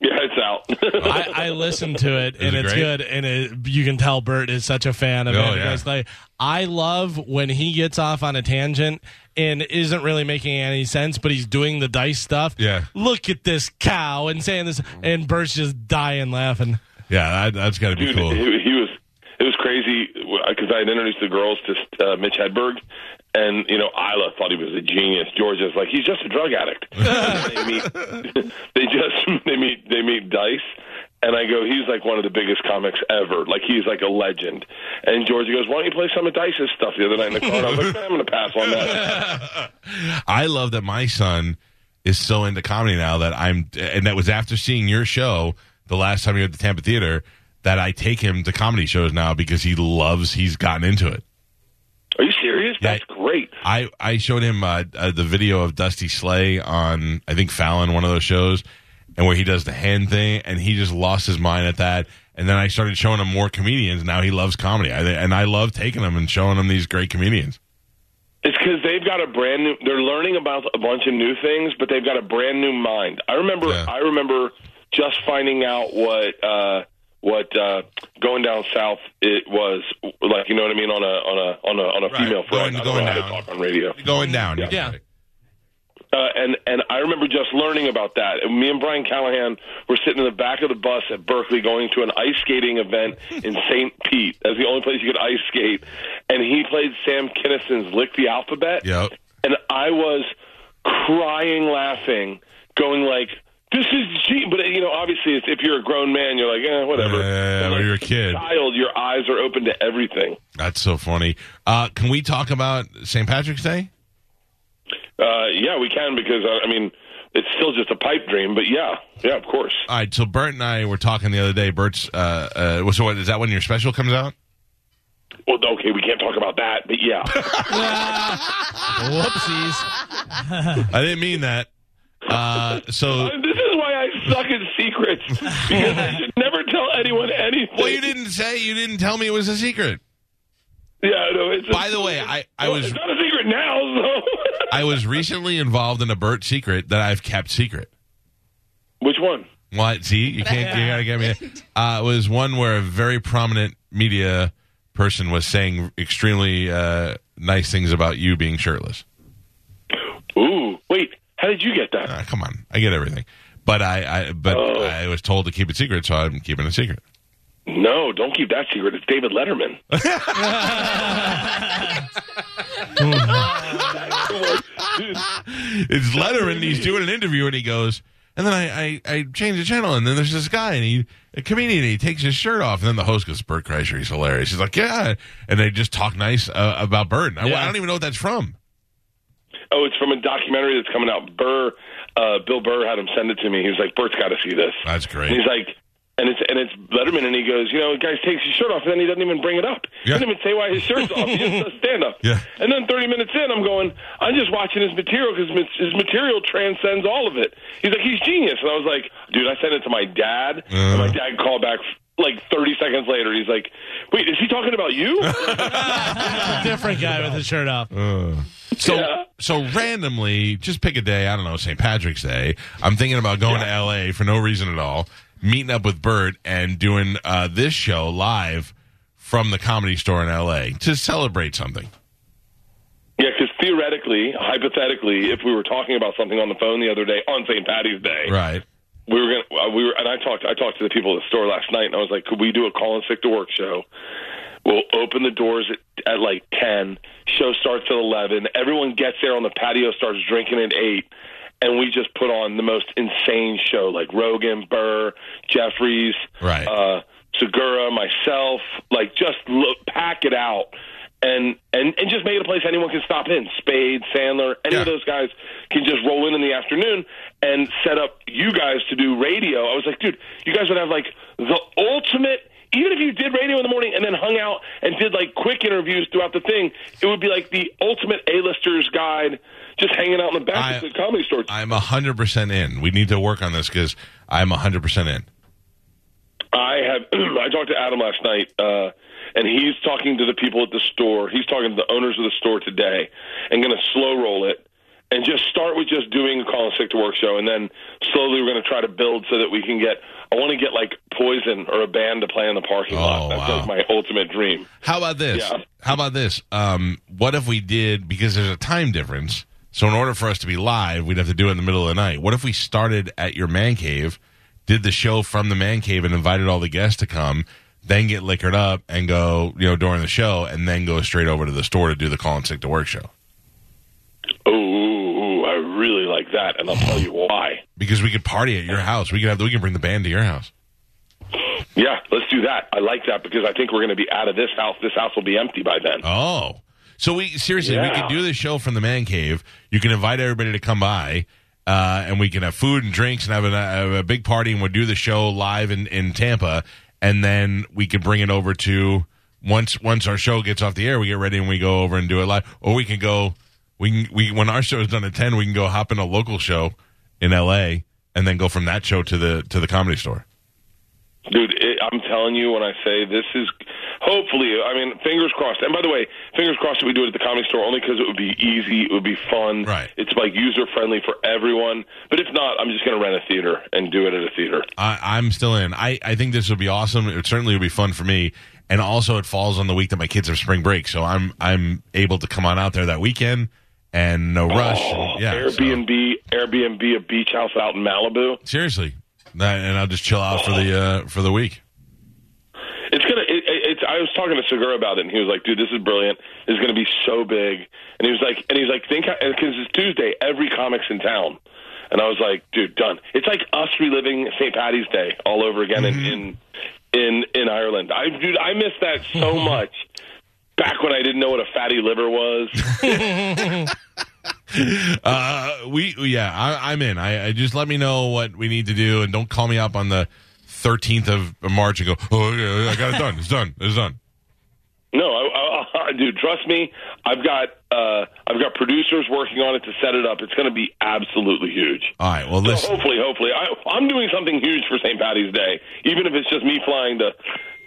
Speaker 20: Yeah, it's out.
Speaker 5: I, I listened to it
Speaker 1: Is
Speaker 5: and
Speaker 1: it
Speaker 5: it's
Speaker 1: great?
Speaker 5: good, and it, you can tell Bert is such a fan of
Speaker 1: Oh,
Speaker 5: Andrew
Speaker 1: yeah.
Speaker 5: Dice Clay. I love when he gets off on a tangent and isn't really making any sense, but he's doing the dice stuff.
Speaker 1: Yeah.
Speaker 5: Look at this cow and saying this, and Bert's just dying laughing.
Speaker 1: Yeah, that, that's got to be
Speaker 20: Dude,
Speaker 1: cool.
Speaker 20: he, he was it was crazy because I had introduced the girls to uh, Mitch Hedberg, and you know Isla thought he was a genius. Georgia's like he's just a drug addict. <laughs> And they meet, <laughs> they just <laughs> they meet they meet Dice, and I go he's like one of the biggest comics ever. Like he's like a legend. And Georgia goes, why don't you play some of Dice's stuff the other night in the car? And I was like, "Man, I'm gonna pass on that.
Speaker 1: I love that my son is so into comedy now that I'm, and that was after seeing your show the last time you were at the Tampa Theater that I take him to comedy shows now because he loves, he's gotten into it.
Speaker 20: Are you serious? That's great.
Speaker 1: I, I showed him uh, uh, the video of Dusty Slay on, I think, Fallon, one of those shows, and where he does the hand thing, and he just lost his mind at that. And then I started showing him more comedians. and Now he loves comedy. I, and I love taking him and showing him these great comedians.
Speaker 20: <laughs> It's because they've got a brand new. They're learning about a bunch of new things, but they've got a brand new mind. I remember. I remember just finding out what uh, what uh, going down south it was like. You know what I mean on a on a on a on a female friend. I don't know how to talk on radio.
Speaker 1: Going down.
Speaker 20: Yeah.
Speaker 1: yeah.
Speaker 20: Uh, and and I remember just learning about that. And me and Brian Callahan were sitting in the back of the bus at Berkeley going to an ice skating event
Speaker 1: <laughs>
Speaker 20: in St. Pete. That's the only place you could ice skate. And he played Sam Kinnison's "Lick the Alphabet."
Speaker 1: Yep.
Speaker 20: And I was crying, laughing, going like, "This is cheap." But you know, obviously, it's, if you're a grown man, you're like, eh, whatever.
Speaker 1: Yeah, when you're a kid.
Speaker 20: Child, your eyes are open to everything.
Speaker 1: That's so funny. Uh, can we talk about St. Patrick's Day?
Speaker 20: Uh, yeah, we can because uh, I mean, it's still just a pipe dream. But yeah, yeah, of course.
Speaker 1: All right. So Bert and I were talking the other day. Bert's. Uh, uh, so what is that when your special comes out?
Speaker 20: Well, okay, we can't talk about that, but
Speaker 1: <laughs>
Speaker 20: yeah.
Speaker 5: <laughs>
Speaker 1: Whoopsies. I didn't mean that. Uh, so
Speaker 20: this is why I suck at secrets because I
Speaker 1: <laughs>
Speaker 20: should never tell anyone anything.
Speaker 1: Well, you didn't say. You didn't tell me it was a secret.
Speaker 20: Yeah, no. It's
Speaker 1: By the way, I I
Speaker 20: Well,
Speaker 1: was
Speaker 20: it's not a secret now. So.
Speaker 1: I was recently involved in a Bert secret that I've kept secret.
Speaker 20: <laughs> Which one?
Speaker 1: What? See, you can't. You gotta get me. Uh, it was one where a very prominent media person was saying extremely uh, nice things about you being shirtless.
Speaker 20: Ooh, wait. How did you get that?
Speaker 1: Ah, come on, I get everything. But I, I but I was told to keep it secret, so I'm keeping it secret.
Speaker 20: No, don't keep that secret. It's David Letterman.
Speaker 1: It's Letterman. and He's doing an interview, and he goes, and then I, I, I change the channel, and then there's this guy, and he a comedian, and he takes his shirt off, and then the host goes, "Bert Kreischer, he's hilarious." He's like, "Yeah," and they just talk nice uh, about Bert. And I, I don't even know what that's from.
Speaker 20: Oh, it's from a documentary that's coming out. Burr, uh, Bill Burr had him send it to me. He was like, "Bert's got to see this."
Speaker 1: That's great.
Speaker 20: And he's like, and it's and it's Letterman, and he goes, "You know, the guy takes his shirt off, and then he doesn't even bring it up.
Speaker 1: Yeah.
Speaker 20: He doesn't even say why his shirt's off. He
Speaker 1: <laughs>
Speaker 20: just does stand up."
Speaker 1: Yeah.
Speaker 20: And then 30 minutes in, I'm going, "I'm just watching his material because his material transcends all of it." He's like, "He's genius," and I was like, "Dude, I sent it to my dad, and my
Speaker 1: Uh-huh.
Speaker 20: dad called back." Like 30 seconds later, he's like, Wait, is he talking about you?
Speaker 1: <laughs>
Speaker 5: Different guy with his shirt off.
Speaker 1: So so randomly, just pick a day. I don't know, St. Patrick's Day. I'm thinking about going to L.A. for no reason at all, meeting up with Bert and doing uh, this show live from the Comedy Store in L.A. to celebrate something.
Speaker 20: Yeah, because theoretically, hypothetically, if we were talking about something on the phone the other day on St. Patty's Day,
Speaker 1: Right.
Speaker 20: we were gonna uh, we were and I talked I talked to the people at the store last night and I was like, could we do a call and sick to work show? We'll open the doors at, at like ten. Show starts at eleven. Everyone gets there on the patio, starts drinking at eight, and we just put on the most insane show like Rogan, Burr, Jeffries, right. uh, Segura, myself, like just look, pack it out. And, and and just make it a place anyone can stop in. Spade, Sandler, any of those guys can just roll in in the afternoon and set up you guys to do radio. I was like, dude, you guys would have like the ultimate. Even if you did radio in the morning and then hung out and did like quick interviews throughout the thing, it would be like the ultimate A-listers guide, just hanging out in the back of the comedy store.
Speaker 1: I'm 100% in. We need to work on this because I'm 100% in.
Speaker 20: I have. <clears throat> I talked to Adam last night, uh, and he's talking to the people at the store. He's talking to the owners of the store today, and going to slow roll it and just start with just doing a call and sick to work show, and then slowly we're going to try to build so that we can get. I want to get like Poison or a band to play in the parking lot. That's like my ultimate dream.
Speaker 1: How about this?
Speaker 20: Yeah.
Speaker 1: How about this? Um, what if we did because there's a time difference? So in order for us to be live, we'd have to do it in the middle of the night. What if we started at your man cave, did the show from the man cave, and invited all the guests to come? Then get liquored up and go, you know, during the show, and then go straight over to the store to do the call and sick to work show.
Speaker 20: Ooh, ooh, ooh, I really like that, and I'll tell you why.
Speaker 1: Because we could party at your house. We could have we can bring the band to your house.
Speaker 20: Yeah, let's do that. I like that because I think we're going to be out of this house. This house will be empty by then.
Speaker 1: Oh, so we seriously we
Speaker 20: Yeah.
Speaker 1: could do this show from the man cave. You can invite everybody to come by, uh, and we can have food and drinks and have, an, have a big party, and we'll do the show live in, in Tampa, and then we could bring it over to once once our show gets off the air, we get ready and we go over and do it live, or we can go we can, we when our show is done at ten, we can go hop in a local show in L.A. and then go from that show to the to the comedy store.
Speaker 20: Dude, it, I'm telling you when I say this is hopefully, I mean, fingers crossed. And by the way, fingers crossed that we do it at the comedy store only because it would be easy, it would be fun. Right. It's like user friendly for everyone. But if not, I'm just going to rent a theater and do it at a theater.
Speaker 1: I, I'm still in. I, I think this would be awesome. It certainly would be fun for me. And also, it falls on the week that my kids have spring break, so I'm I'm able to come on out there that weekend and no rush.
Speaker 20: Oh,
Speaker 1: yeah, so-
Speaker 20: Airbnb, Airbnb, a beach house out in Malibu.
Speaker 1: seriously. That- and I'll just chill out for the uh, for the week.
Speaker 20: It's gonna. It, it- it's. I was talking to Segura about it, and he was like, "Dude, this is brilliant. It's gonna be so big." And he was like, "And he's like, think because it's Tuesday, every comic's in town." And I was like, "Dude, done. It's like us reliving St. Patty's Day all over again in, in in in Ireland. I dude, I miss that so much. Back when I didn't know what a fatty liver was.
Speaker 1: Uh, we yeah, I, I'm in. I, I just let me know what we need to do, and don't call me up on the 13th of March and go, oh, yeah, I got it done. It's done. It's done.
Speaker 20: No, I, I, I, dude, trust me. I've got uh, I've got producers working on it to set it up. It's going to be absolutely huge.
Speaker 1: All right. Well,
Speaker 20: So
Speaker 1: listen.
Speaker 20: hopefully, hopefully, I, I'm doing something huge for St. Patty's Day, even if it's just me flying to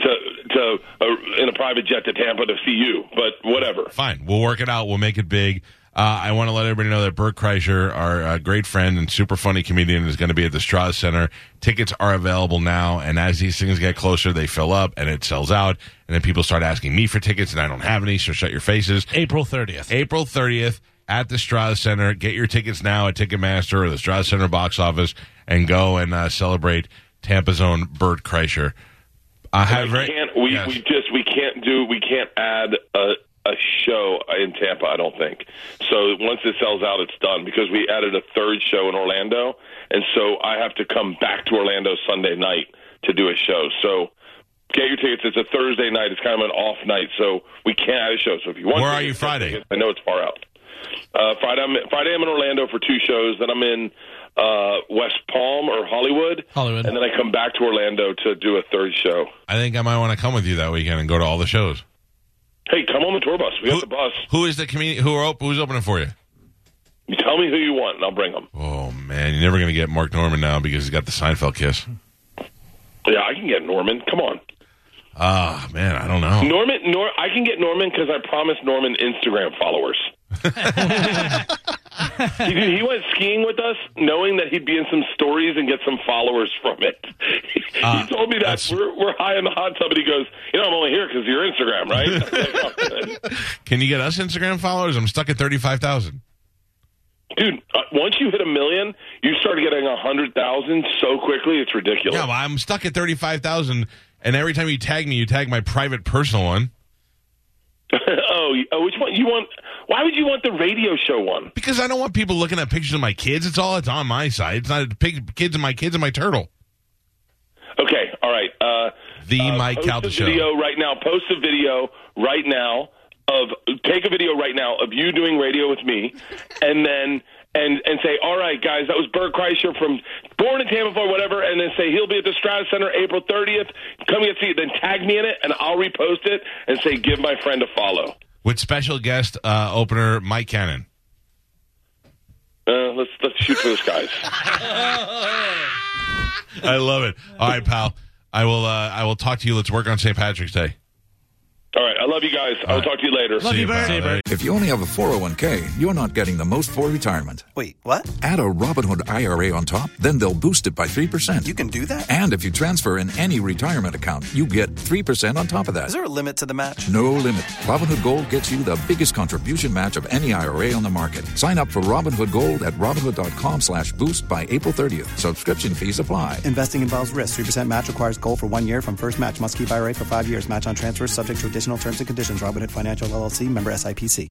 Speaker 20: to to uh, in a private jet to Tampa to see you. But whatever.
Speaker 1: Fine. We'll work it out. We'll make it big. Uh, I want to let everybody know that Bert Kreischer, our uh, great friend and super funny comedian, is going to be at the Strauss Center. Tickets are available now. And as these things get closer, they fill up and it sells out. And then people start asking me for tickets, and I don't have any, so shut your faces.
Speaker 5: April 30th.
Speaker 1: April 30th at the Strauss Center. Get your tickets now at Ticketmaster or the Strauss Center box office and go and uh, celebrate Tampa's own Bert Kreischer. I have
Speaker 20: we can't. We, we just we can't do. We can't add a a show in Tampa. I don't think. So once it sells out, it's done because we added a third show in Orlando, and so I have to come back to Orlando Sunday night to do a show. So. Get your tickets. It's a Thursday night. It's kind of an off night, so we can't add a show. So if you want,
Speaker 1: Where are
Speaker 20: tickets,
Speaker 1: you Friday?
Speaker 20: tickets, I know it's far out. Uh, Friday, I'm, Friday, I'm in Orlando for two shows. Then I'm in uh, West Palm or Hollywood,
Speaker 1: Hollywood.
Speaker 20: and then I come back to Orlando to do a third show.
Speaker 1: I think I might want to come with you that weekend and go to all the shows.
Speaker 20: Hey, come on the tour bus. We got the bus.
Speaker 1: Who is the comedian? Who are op- who's opening for you?
Speaker 20: You tell me who you want, and I'll bring them.
Speaker 1: Oh man, you're never gonna get Mark Norman now because he's got the Seinfeld kiss.
Speaker 20: Yeah, I can get Norman. Come on,
Speaker 1: Ah man, I don't know.
Speaker 20: Norman. Nor I can get Norman because I promised Norman Instagram followers. he, he went skiing with us, knowing that he'd be in some stories and get some followers from it. <laughs> he
Speaker 1: Ah,
Speaker 20: told me that we're, we're high in the hot tub, and he goes, "You know, I'm only here because of your Instagram,
Speaker 1: <laughs>
Speaker 20: right?"
Speaker 1: Can you get us Instagram followers? I'm stuck at thirty-five thousand.
Speaker 20: Dude, uh, once you hit a million, you start getting a hundred thousand so quickly. It's ridiculous.
Speaker 1: Yeah, but I'm stuck at thirty-five thousand, and every time you tag me, you tag my private personal one.
Speaker 20: <laughs> oh, you- oh, which one you want? Why would you want the radio show one?
Speaker 1: Because I don't want people looking at pictures of my kids. It's all it's on my side. It's not pic- kids and my kids and my turtle.
Speaker 20: Okay, all right. Uh,
Speaker 1: the
Speaker 20: Mike
Speaker 1: Calda
Speaker 20: post a
Speaker 1: Show.
Speaker 20: video right now. Post a video right now of take a video right now of you doing radio with me, and then and and say, all right, guys, that was Bert Kreischer from Born in Tampa, Florida, whatever, and then say he'll be at the Strata Center April thirtieth. Come get to see it. Then tag me in it, and I'll repost it and say, give my friend a follow.
Speaker 1: With special guest uh, opener Mike Cannon.
Speaker 20: Uh, let's let's shoot for the skies.
Speaker 1: I love it. All right, pal. I will. Uh, I will talk to you. Let's work on St. Patrick's Day.
Speaker 20: All right, I love you guys. I'll talk to you later.
Speaker 1: Love See you, you, Bert. pal. See you, Bert.
Speaker 2: If you only have a 401k, you're not getting the most for retirement. Wait, what? Add a Robinhood IRA on top, then they'll boost it by 3%. You can do that? And if you transfer in any retirement account, you get 3% on top of that.
Speaker 23: Is there a limit to the match?
Speaker 2: No limit. Robinhood Gold gets you the biggest contribution match of any IRA on the market. Sign up for Robinhood Gold at Robinhood.com slash boost by April 30th. Subscription fees apply.
Speaker 23: Investing involves risk. 3% match requires gold for one year from first match. Must keep IRA for five years. Match on transfers subject to additional terms and conditions. Robinhood Financial LLC member SIPC.